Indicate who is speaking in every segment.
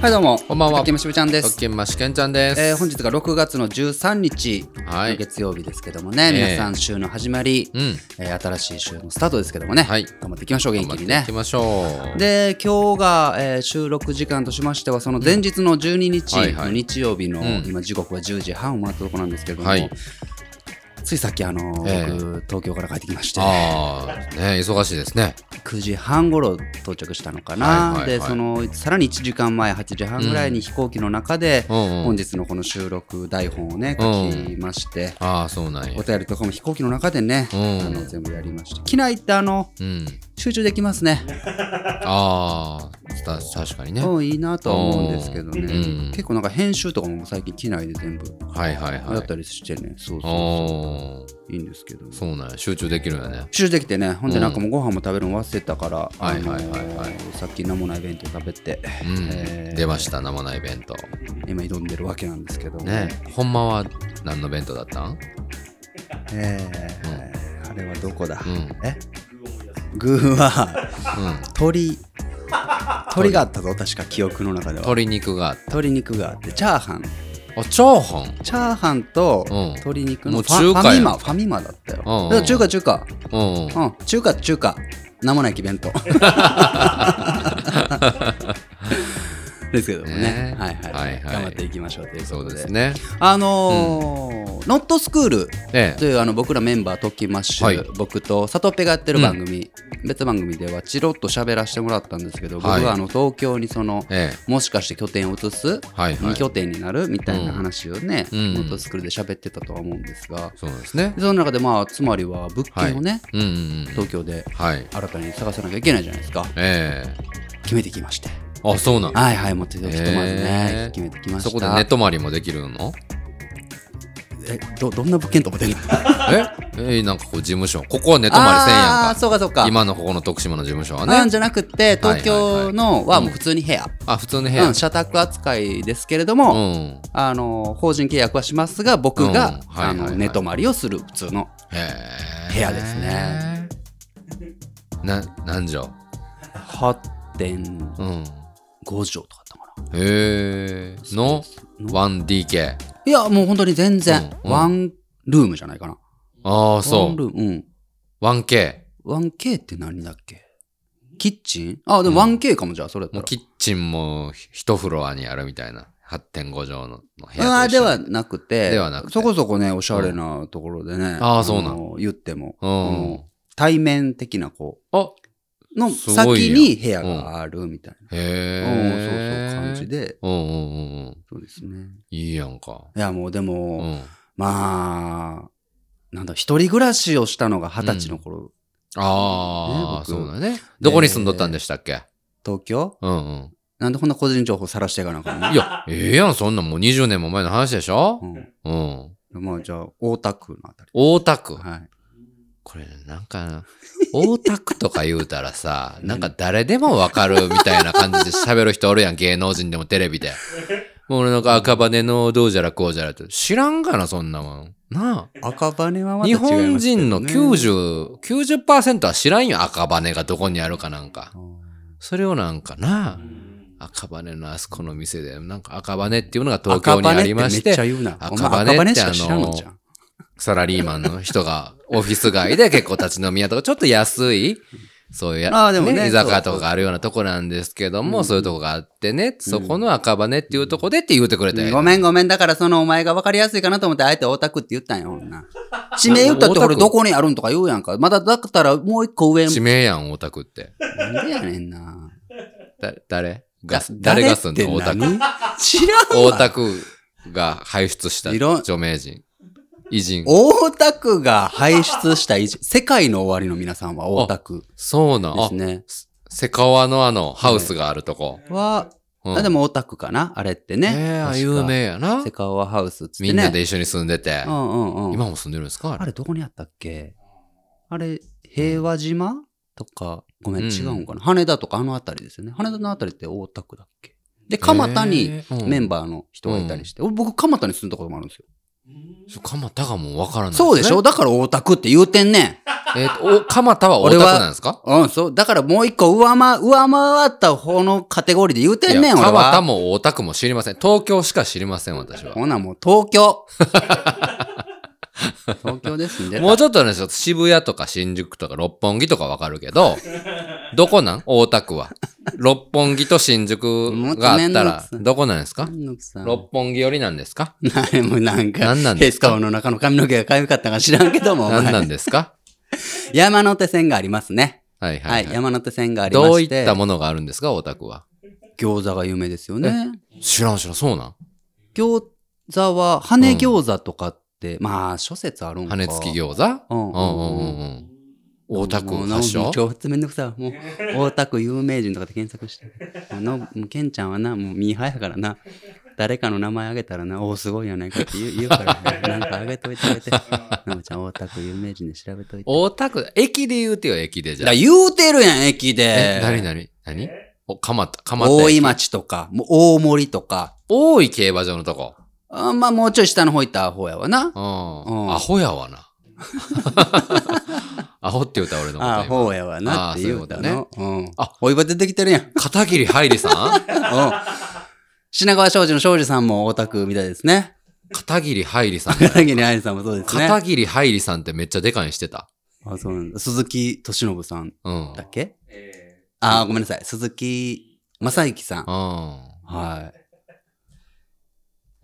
Speaker 1: はいどうも
Speaker 2: こんばんは
Speaker 1: 竹山しぶちゃんで
Speaker 2: 特
Speaker 1: す、
Speaker 2: 権マシケンちゃんです。
Speaker 1: えー本日が6月の13日
Speaker 2: はい
Speaker 1: の月曜日ですけどもね、
Speaker 2: ええ
Speaker 1: 皆さん週の始まり、
Speaker 2: うん。
Speaker 1: えー新しい週のスタートですけどもね、
Speaker 2: はい
Speaker 1: 頑張っていきましょう元気にね
Speaker 2: 行きましょう。
Speaker 1: で今日が、えー収録時間としましてはその前日の12日
Speaker 2: はいはい
Speaker 1: 日曜日の、
Speaker 2: うん
Speaker 1: 今時刻は10時半を回ったところなんですけれども、
Speaker 2: はい
Speaker 1: ついさっきあのー
Speaker 2: ええ
Speaker 1: 僕東京から帰ってきまして
Speaker 2: ああ、ね、忙しいですね。
Speaker 1: 9時半頃到着したのかな、
Speaker 2: はいはいはい
Speaker 1: でそのさらに1時間前8時半ぐらいに飛行機の中で、
Speaker 2: うんうん
Speaker 1: 本日のこの収録台本をね書きまして、
Speaker 2: ああ、そうなんや
Speaker 1: お。便りとかも飛行機の中でね、
Speaker 2: うん
Speaker 1: あの全部やりました機内ってあの
Speaker 2: うん。
Speaker 1: 集中できますね
Speaker 2: ああ、た確かにね。は
Speaker 1: うんいいなとは思うんですけどね、
Speaker 2: うん
Speaker 1: 結構なんか編集とかも最近機内で全部
Speaker 2: いはいは
Speaker 1: やっ
Speaker 2: い。
Speaker 1: たりしてね、そう
Speaker 2: あ
Speaker 1: そう
Speaker 2: あ、
Speaker 1: そういいんですけど
Speaker 2: そうなんや。集中できるんやね。
Speaker 1: 集中できてねほんでなんかもうご飯も食べるの忘れてたから、あのー
Speaker 2: はいはいはいはい
Speaker 1: さっき何もない弁当食べて
Speaker 2: うん。
Speaker 1: えー
Speaker 2: 出ました、生ない弁当。
Speaker 1: 今挑んでるわけなんですけども
Speaker 2: ね、ほんまは何の弁当だったん
Speaker 1: えーあれはどこだ、
Speaker 2: うん。
Speaker 1: え具は
Speaker 2: うん。
Speaker 1: 鶏鶏があったぞ確か記憶の中では
Speaker 2: 鶏肉があっ
Speaker 1: 鶏肉があってチャーハン
Speaker 2: た。あ、チャーハン
Speaker 1: チャーハンと
Speaker 2: うん
Speaker 1: 鶏肉
Speaker 2: も
Speaker 1: の
Speaker 2: う
Speaker 1: ファ,、
Speaker 2: 中華や
Speaker 1: ミマファミマだったよ、
Speaker 2: うんうんうん
Speaker 1: だから中華中華
Speaker 2: うんうん。
Speaker 1: うん中華中華名もないき弁 当ですけどもね
Speaker 2: ね
Speaker 1: はいはい、
Speaker 2: はいはい
Speaker 1: 頑張っていきましょうというこ
Speaker 2: そ
Speaker 1: と
Speaker 2: う
Speaker 1: で
Speaker 2: ですね。
Speaker 1: あのーノットスクール
Speaker 2: え
Speaker 1: というあの僕らメンバートッキーマッシュ、
Speaker 2: はい
Speaker 1: 僕とサトペがやってる番組、別番組ではチロッと喋らせてもらったんですけど僕
Speaker 2: はい
Speaker 1: はあの東京にその、
Speaker 2: え。え
Speaker 1: もしかして拠点を移す、
Speaker 2: え。はいは
Speaker 1: 二
Speaker 2: い。
Speaker 1: 拠点になるみたいな話をね、
Speaker 2: うん
Speaker 1: ノットスクールで喋ってたとは思うんですが、
Speaker 2: そうなんですね
Speaker 1: で。その中でまあつまりは物件をね、
Speaker 2: うんうんうん。
Speaker 1: 東京で
Speaker 2: はい。
Speaker 1: 新たに探さなきゃいけないじゃないですか
Speaker 2: ええ。
Speaker 1: 決めてきまして
Speaker 2: あ、そうなん
Speaker 1: はいはいもうひとまずね、
Speaker 2: へー
Speaker 1: 決めてきました
Speaker 2: そこで寝泊まりもできるの
Speaker 1: えどどんな物件と思ってんの
Speaker 2: ええなんかこう事務所ここは寝泊まりせん
Speaker 1: あ
Speaker 2: や
Speaker 1: ーそうかそうか
Speaker 2: んか今のここの徳島の事務所は
Speaker 1: なん
Speaker 2: ね
Speaker 1: じゃなくて東京のはもう普通に部屋、
Speaker 2: あ普通の部
Speaker 1: う
Speaker 2: 屋
Speaker 1: ん、社宅扱いですけれど
Speaker 2: う
Speaker 1: も、
Speaker 2: ん
Speaker 1: あの法人契約はしますが僕
Speaker 2: うん
Speaker 1: が
Speaker 2: はい
Speaker 1: あ
Speaker 2: はいはい
Speaker 1: の寝泊まりをする普通の
Speaker 2: へえ
Speaker 1: 部屋ですね
Speaker 2: な何畳
Speaker 1: 8.5
Speaker 2: うん
Speaker 1: 畳とかだったかな
Speaker 2: へえの 1DK
Speaker 1: いやもう本当に全然、
Speaker 2: うんうん
Speaker 1: ワンルームじゃないかな
Speaker 2: ああ
Speaker 1: ワ
Speaker 2: そ
Speaker 1: ン
Speaker 2: う
Speaker 1: ルームうん
Speaker 2: 1K
Speaker 1: 1K って何だっけキッチンあでも 1K かもじゃあそれだ
Speaker 2: もう
Speaker 1: った
Speaker 2: キッチンも一フロアにあるみたいな8.5畳のの部
Speaker 1: らあ
Speaker 2: 屋
Speaker 1: あ
Speaker 2: と一
Speaker 1: で
Speaker 2: 緒
Speaker 1: はなくて
Speaker 2: ではなくて
Speaker 1: そこそこねおしゃれなところでね、
Speaker 2: あーそうなの
Speaker 1: の言っても、
Speaker 2: うん
Speaker 1: あの対面的なこ
Speaker 2: あ
Speaker 1: うの
Speaker 2: すご
Speaker 1: 先
Speaker 2: いやん
Speaker 1: に部屋があるみたいな、
Speaker 2: へえ
Speaker 1: うんそうそう感じで
Speaker 2: うんうんうんうん
Speaker 1: そうですね
Speaker 2: いいやんか
Speaker 1: いやもうで
Speaker 2: う
Speaker 1: も、
Speaker 2: ん
Speaker 1: まあなんだ一人暮らしをしたのが二十歳の頃、
Speaker 2: ああ、
Speaker 1: ね
Speaker 2: そう
Speaker 1: 僕
Speaker 2: だね。どこに住んどったんでしたっけ
Speaker 1: 東京
Speaker 2: うん
Speaker 1: なんでこんな個人情報さらしていかなあかん
Speaker 2: うん。
Speaker 1: の
Speaker 2: いや、ええやん、そんなんもう20年も前の話でしょ
Speaker 1: うん
Speaker 2: うん。
Speaker 1: まあじゃあ大田区のあたり
Speaker 2: 大田区。
Speaker 1: はい
Speaker 2: これなんか、大田区とか言うた らさ、なんか誰でもわかるみたいな感じで喋る人おるやん、芸能人でもテレビで。もう俺なんか赤羽のどうじゃらこうじゃらって。知らんがな、そんなもん。なあ。
Speaker 1: 赤羽はまた違
Speaker 2: 日
Speaker 1: いますけどね
Speaker 2: 本人の90、90%は知らんよ、赤羽がどこにあるかなんか。それをなんかな、赤羽のあそこの店で、なんか赤羽っていうのが東京にありまし
Speaker 1: 赤
Speaker 2: て、
Speaker 1: 羽ってめっちゃ言うな。お
Speaker 2: 赤
Speaker 1: 前
Speaker 2: 羽って
Speaker 1: 赤羽しか知らんのじゃん。
Speaker 2: サラリーマンの 人がオフィス街で結構立ち飲み屋とか、ちょっと安い、そういうや
Speaker 1: あーでもねそう
Speaker 2: 居酒屋とかがあるようなとこなんですけど
Speaker 1: う
Speaker 2: も、
Speaker 1: ん
Speaker 2: そういうとこがあってね、そこの赤羽っていうとこでって言うてくれたよ。
Speaker 1: ごめんごめん。だからそのお前が分かりやすいかなと思って、あえて大田区って言ったんよ、女。地名言ったって
Speaker 2: 大田
Speaker 1: 俺
Speaker 2: 区
Speaker 1: どこにあるんとか言うやんか。まだだったらもう一個上。
Speaker 2: 地名やん、大田区って。
Speaker 1: なんでやねんな。
Speaker 2: だ誰が
Speaker 1: だ、
Speaker 2: 誰がすんの大
Speaker 1: 誰
Speaker 2: 田
Speaker 1: って何
Speaker 2: 区。
Speaker 1: 知らん
Speaker 2: 大田区が輩出した
Speaker 1: いろん
Speaker 2: 著名人。偉人。
Speaker 1: 大田区が輩出した以上世界の終わりの皆さんは大田区
Speaker 2: そうなん。
Speaker 1: で
Speaker 2: あ
Speaker 1: す、ね。
Speaker 2: セカワのあの、ハウスがあるとこ。
Speaker 1: は、
Speaker 2: うん
Speaker 1: あでも大田区かなあれってね。
Speaker 2: ええ
Speaker 1: 確
Speaker 2: あ
Speaker 1: か
Speaker 2: 有名やな。
Speaker 1: セカオワハウスっつってね。
Speaker 2: みんなで一緒に住んでて。
Speaker 1: うんうんうん。
Speaker 2: 今も住んでるんですかあ
Speaker 1: あ
Speaker 2: れ
Speaker 1: れどこにあったっけあれ、平和島、とか、ごめん、
Speaker 2: うん
Speaker 1: 違うんかな。羽田とかあの辺りですよね。羽田の辺りって大田区だっけで、蒲田に
Speaker 2: えーうん
Speaker 1: メンバーの人がいたりして、俺僕、蒲田に住んだこともあるんですよ。
Speaker 2: そう蒲田がもうわからない、
Speaker 1: そうでしょだからオタクって言うてんねん。
Speaker 2: えっ、と、お蒲田はオタクなんですか
Speaker 1: うん、そう。だからもう一個上回、上回った方のカテゴリーで言うてんねん、
Speaker 2: いや
Speaker 1: 俺
Speaker 2: 蒲田
Speaker 1: は。
Speaker 2: もオタクも知りません。東京しか知りません、私は。
Speaker 1: ほな、もう東京。 東京ですんで。
Speaker 2: もうちょっとね、渋谷とか新宿とか六本木とかわかるけ ど、どこなん大田区は。六本木と新宿があったら、どこなんですか
Speaker 1: めんどくさい
Speaker 2: 六本木寄りなんですか
Speaker 1: なもうなんか、
Speaker 2: なんなんですか
Speaker 1: ヘスカオの中の髪の毛がかゆかったか知らんけども、お前
Speaker 2: 何なんですか
Speaker 1: 山手線がありますね。
Speaker 2: はいは
Speaker 1: はいい、
Speaker 2: はい。
Speaker 1: 山手線がありまして。
Speaker 2: どういったものがあるんですか大田区は。
Speaker 1: 餃子が有名ですよね。
Speaker 2: 知らん知らん、そうなん
Speaker 1: 餃子は、羽餃子とかって、まあ、諸説あるんか。
Speaker 2: 羽根付き
Speaker 1: 子。
Speaker 2: 餃子
Speaker 1: うんうん
Speaker 2: うんう
Speaker 1: うんん
Speaker 2: う
Speaker 1: うん。
Speaker 2: んうん。大田区
Speaker 1: もう
Speaker 2: 発
Speaker 1: も
Speaker 2: 祥
Speaker 1: う超めんどくさい。もう、大田区有名人とかで検索して。あの、もうケンちゃんはな、もうミーハーやからな。誰かの名前あげたらな、おお、すごいやないかって言う言うから、 なんかあげといてあげて。なおちゃん、大田区有名人で調べといて。
Speaker 2: 大田区、駅で言うてよ、駅でじゃあ。
Speaker 1: だ言うてるやん、駅
Speaker 2: え、
Speaker 1: で。
Speaker 2: 何何何お、蒲田、蒲田駅。
Speaker 1: 大井町とか、もう大森とか。
Speaker 2: 多い競馬場のとこ。
Speaker 1: あまあ、もうちょい下の方行った方やわな。
Speaker 2: うん。
Speaker 1: うん
Speaker 2: アホやわ な。アホって言うた俺のこと
Speaker 1: ああ、
Speaker 2: 今。
Speaker 1: 方やわなって言うた
Speaker 2: ああ
Speaker 1: の。うん。
Speaker 2: あ
Speaker 1: あ、お湯場出てき てるやん。うん。
Speaker 2: 片桐はいりさん
Speaker 1: 品川庄司の庄司さんもオタクみたいですね。
Speaker 2: 片桐はいりさん。
Speaker 1: 片桐愛さんもそうですね。
Speaker 2: 片桐はいりさんってめっちゃでかいにしてた。
Speaker 1: あ、そうなんだ。鈴木敏信さん
Speaker 2: うん。うん
Speaker 1: だっけあー、ごめんなさい。鈴木正幸さん。
Speaker 2: あ
Speaker 1: は
Speaker 2: あ、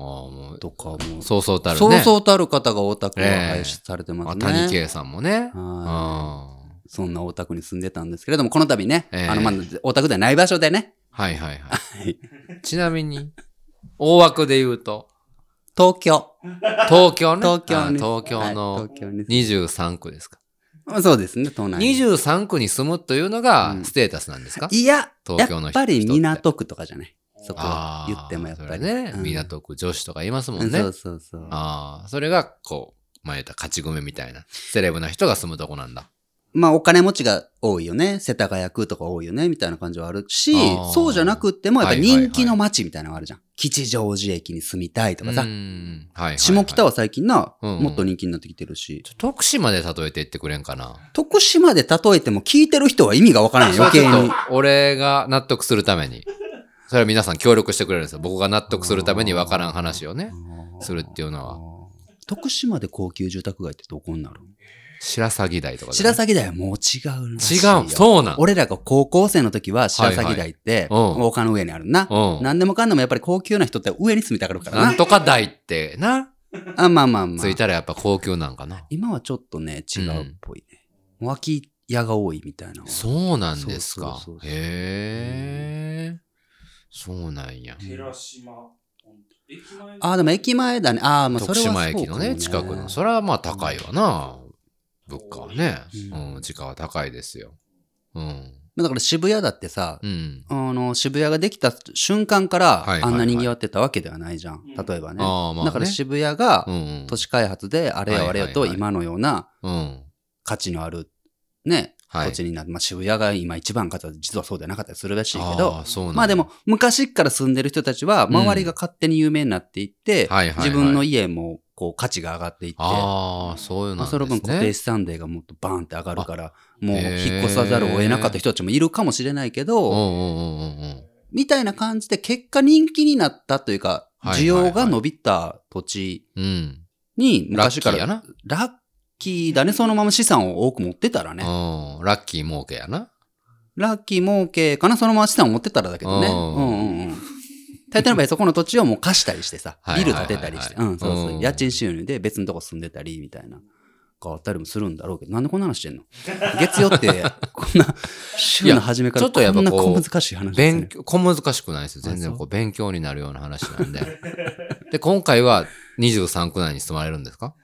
Speaker 2: も
Speaker 1: い。とかもう、
Speaker 2: う、そうそうたるね。
Speaker 1: そうそうたる方がオタクを
Speaker 2: ええ
Speaker 1: 輩出されてますね。
Speaker 2: 谷圭さんもね。うん。
Speaker 1: はい
Speaker 2: は
Speaker 1: そんなオタクに住んでたんですけれども、この度ね、
Speaker 2: ええ
Speaker 1: あの、まだオタクではない場所でね、
Speaker 2: いはいはい
Speaker 1: い。
Speaker 2: ちなみに、大枠で言うと、
Speaker 1: 東京。
Speaker 2: 東京ね。
Speaker 1: 東京
Speaker 2: あ
Speaker 1: に。
Speaker 2: 東京
Speaker 1: はい
Speaker 2: の
Speaker 1: 東京に
Speaker 2: 23区ですか。
Speaker 1: あそうですね、都内。
Speaker 2: 23区に住むというのが
Speaker 1: うん
Speaker 2: ステータスなんですか、
Speaker 1: いや、
Speaker 2: 東京の人
Speaker 1: やっぱり
Speaker 2: 人って
Speaker 1: 港区とかじゃない。そこ
Speaker 2: あ
Speaker 1: は
Speaker 2: あ
Speaker 1: 言ってもやっぱり
Speaker 2: それね、
Speaker 1: うん
Speaker 2: 港区女子とかいますも
Speaker 1: うんん
Speaker 2: ね。
Speaker 1: そうそうそう。
Speaker 2: ああ、それがこう、前言った勝ち組みたいな、セレブな人が住むとこなんだ。
Speaker 1: まあお金持ちが多いよね、世田谷区とか多いよね、みたいな感じはあるし
Speaker 2: あー、
Speaker 1: そうじゃなくってもやっぱ
Speaker 2: はいはいはい
Speaker 1: 人気の街みたいなのがあるじゃん。吉祥寺駅に住みたいとかさ
Speaker 2: う。んはいはいはい
Speaker 1: 下北は最近な、
Speaker 2: うんうん
Speaker 1: もっと人気になってきてるし、
Speaker 2: ちょ徳島で例えて言ってくれんかな。
Speaker 1: 徳島で例えても聞いてる人は意味がわからない余計
Speaker 2: それ
Speaker 1: に
Speaker 2: ちょ。っと俺が納得するために。それは皆さん協力してくれるんですよ。僕が納得するために分からん話をね、するっていうの
Speaker 1: あ
Speaker 2: は。
Speaker 1: ー徳島で高級住宅街ってどこになる
Speaker 2: 白鷺台とかじゃな
Speaker 1: 白鷺
Speaker 2: い
Speaker 1: 台はもう違うらしいよ
Speaker 2: 違う。そうなん。
Speaker 1: 俺らが高校生の時は白鷺台って、
Speaker 2: はいはいうん
Speaker 1: 丘の上にあるな。
Speaker 2: うん
Speaker 1: 何でもかんでもやっぱり高級な人って上に住みたがるから
Speaker 2: な。
Speaker 1: なん
Speaker 2: とか台ってな。
Speaker 1: あまあまあま
Speaker 2: つい
Speaker 1: あ。
Speaker 2: たらやっぱ高級なんかな。
Speaker 1: 今はちょっとね、違うっぽいね。脇屋が多いみたいな。
Speaker 2: そうなんです
Speaker 1: そうそ
Speaker 2: か
Speaker 1: う。そうそう
Speaker 2: へえ。そうなんや。
Speaker 3: 寺島。駅前
Speaker 1: ああ、でも駅前だね。ああ、まあそ
Speaker 2: 徳
Speaker 1: れはそうかも
Speaker 2: 島駅のね、近くの。それはまあ高いわな。物価はね。
Speaker 1: うん
Speaker 2: うん、時価は高いですよ。うん。
Speaker 1: だから渋谷だってさ、
Speaker 2: うん。
Speaker 1: あの、渋谷ができた瞬間か
Speaker 2: はいはい
Speaker 1: ら、
Speaker 2: は
Speaker 1: あ
Speaker 2: い
Speaker 1: んな賑わってたわけではないじゃん。例えばね。
Speaker 2: ああ、まあね。
Speaker 1: だから渋谷が
Speaker 2: うんうん
Speaker 1: 都市開発であれよあれよと
Speaker 2: はいはいは
Speaker 1: 今
Speaker 2: い
Speaker 1: のような
Speaker 2: うん。
Speaker 1: 価値のある、ね、
Speaker 2: はい
Speaker 1: 土地になって、まあ、渋谷が今一番かつは実はそうではなかったりするらしいけ
Speaker 2: あ
Speaker 1: ど
Speaker 2: あ、そうなんだ
Speaker 1: まあでも、昔から住んでる人たちは
Speaker 2: うん
Speaker 1: 周りが勝手に有名になっていって、
Speaker 2: はいはいはい
Speaker 1: 自分の家もこう価値が上がっていって、
Speaker 2: ああ、そういうの
Speaker 1: まあ、
Speaker 2: なんです
Speaker 1: そ
Speaker 2: ね。
Speaker 1: の分固定資産税がもっとバーンって上がるから、もう
Speaker 2: へえ
Speaker 1: 引っ越さざるを得なかった人たちもいるかもしれないけ
Speaker 2: うん
Speaker 1: ど、
Speaker 2: うんうんうんうん。
Speaker 1: みたいな感じで結果人気になったというか、
Speaker 2: はい
Speaker 1: 需要が伸びた土地
Speaker 2: うん。
Speaker 1: に
Speaker 2: ラッ
Speaker 1: 昔
Speaker 2: キ
Speaker 1: か
Speaker 2: ー
Speaker 1: ら、
Speaker 2: やな。
Speaker 1: ラッキーだね、そのまま資産を多く持ってたら
Speaker 2: うん
Speaker 1: ね。。
Speaker 2: ラッキー儲けやな。
Speaker 1: ラッキー儲けかな、そのまま資産を持ってたらだけどね。
Speaker 2: う
Speaker 1: うんんうんうん。大抵の場合、そこの土地をもう貸したりしてさ
Speaker 2: は、い
Speaker 1: ビ
Speaker 2: はい
Speaker 1: ル
Speaker 2: はいは
Speaker 1: 建
Speaker 2: い
Speaker 1: てたりして、うん、そうそうう、
Speaker 2: ん
Speaker 1: 家賃収入で別のとこ住んでたりみたいな、があったりもするんだろうけど、なんでこんな話してんの月曜って、こんな、週の初めか
Speaker 2: いやちょ
Speaker 1: ら
Speaker 2: っと
Speaker 1: こ
Speaker 2: やっぱ
Speaker 1: んな
Speaker 2: こう
Speaker 1: 小難しい話ですね
Speaker 2: 勉。強、小難しくないですよ。全然こう勉強になるような話な んで。で、今回は23区内に住まれるんですか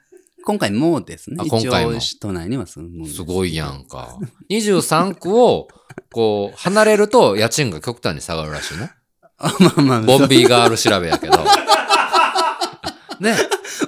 Speaker 1: 今回もですね
Speaker 2: あ、今
Speaker 1: 一
Speaker 2: 回も
Speaker 1: 応都内には住むんです
Speaker 2: すごいやんか。23区を、こう、離れると家賃が極端に下がるらしいね。
Speaker 1: あ まあまあ、
Speaker 2: ボンビーガール調べやけ ど。ね。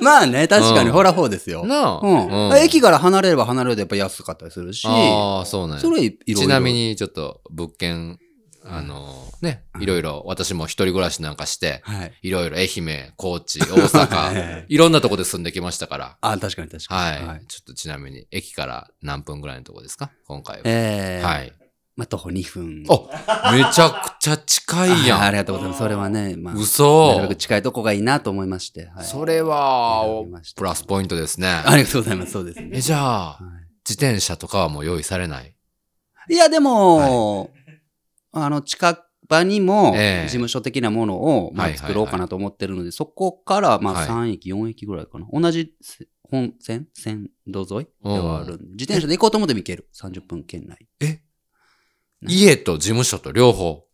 Speaker 1: まあね、確かに、
Speaker 2: うん
Speaker 1: ほらほうですよ。
Speaker 2: なあ。
Speaker 1: うん。駅から離れれば離れるでやっぱ安かったりするし、
Speaker 2: ああ、そうなんや
Speaker 1: それいろいろ。
Speaker 2: ちなみに、ちょっと、物件、あの、ね、いろいろ、私も一人暮らしなんかして、
Speaker 1: はい。
Speaker 2: いろいろ愛媛、高知、大
Speaker 1: は
Speaker 2: 阪
Speaker 1: い、
Speaker 2: いろんなとこで住んできましたから。
Speaker 1: あ、確かに確か
Speaker 2: はい。
Speaker 1: に。。
Speaker 2: ちょっとちなみに、駅から何分ぐらいのとこですか今回は。
Speaker 1: えー、
Speaker 2: はい。
Speaker 1: まあ、徒歩2分。
Speaker 2: あ、めちゃくちゃ近い
Speaker 1: ああ
Speaker 2: や
Speaker 1: りがとうございます。それはね、まあ、
Speaker 2: ん。嘘
Speaker 1: なるべく近いとこがいいなと思いまして。はい、
Speaker 2: それは
Speaker 1: 選びま、した
Speaker 2: プラスポイントですね。
Speaker 1: ありがとうございます。そうです
Speaker 2: え、
Speaker 1: ね。
Speaker 2: じゃあ、
Speaker 1: は
Speaker 2: 自転車とかはもう用意されない
Speaker 1: い、いや、でも、あの、近場にも、
Speaker 2: ええ
Speaker 1: 事務所的なものを、ま
Speaker 2: はい
Speaker 1: あ、
Speaker 2: はいはい
Speaker 1: 作ろうかなと思ってるので、そこから、ま
Speaker 2: は
Speaker 1: あ、
Speaker 2: い
Speaker 1: 3駅、4駅ぐらいかな。同じせ本線線路沿いではあるんで、自転車で行こうと思っても行ける。30分圏内。うん
Speaker 2: 家と事務所と両方。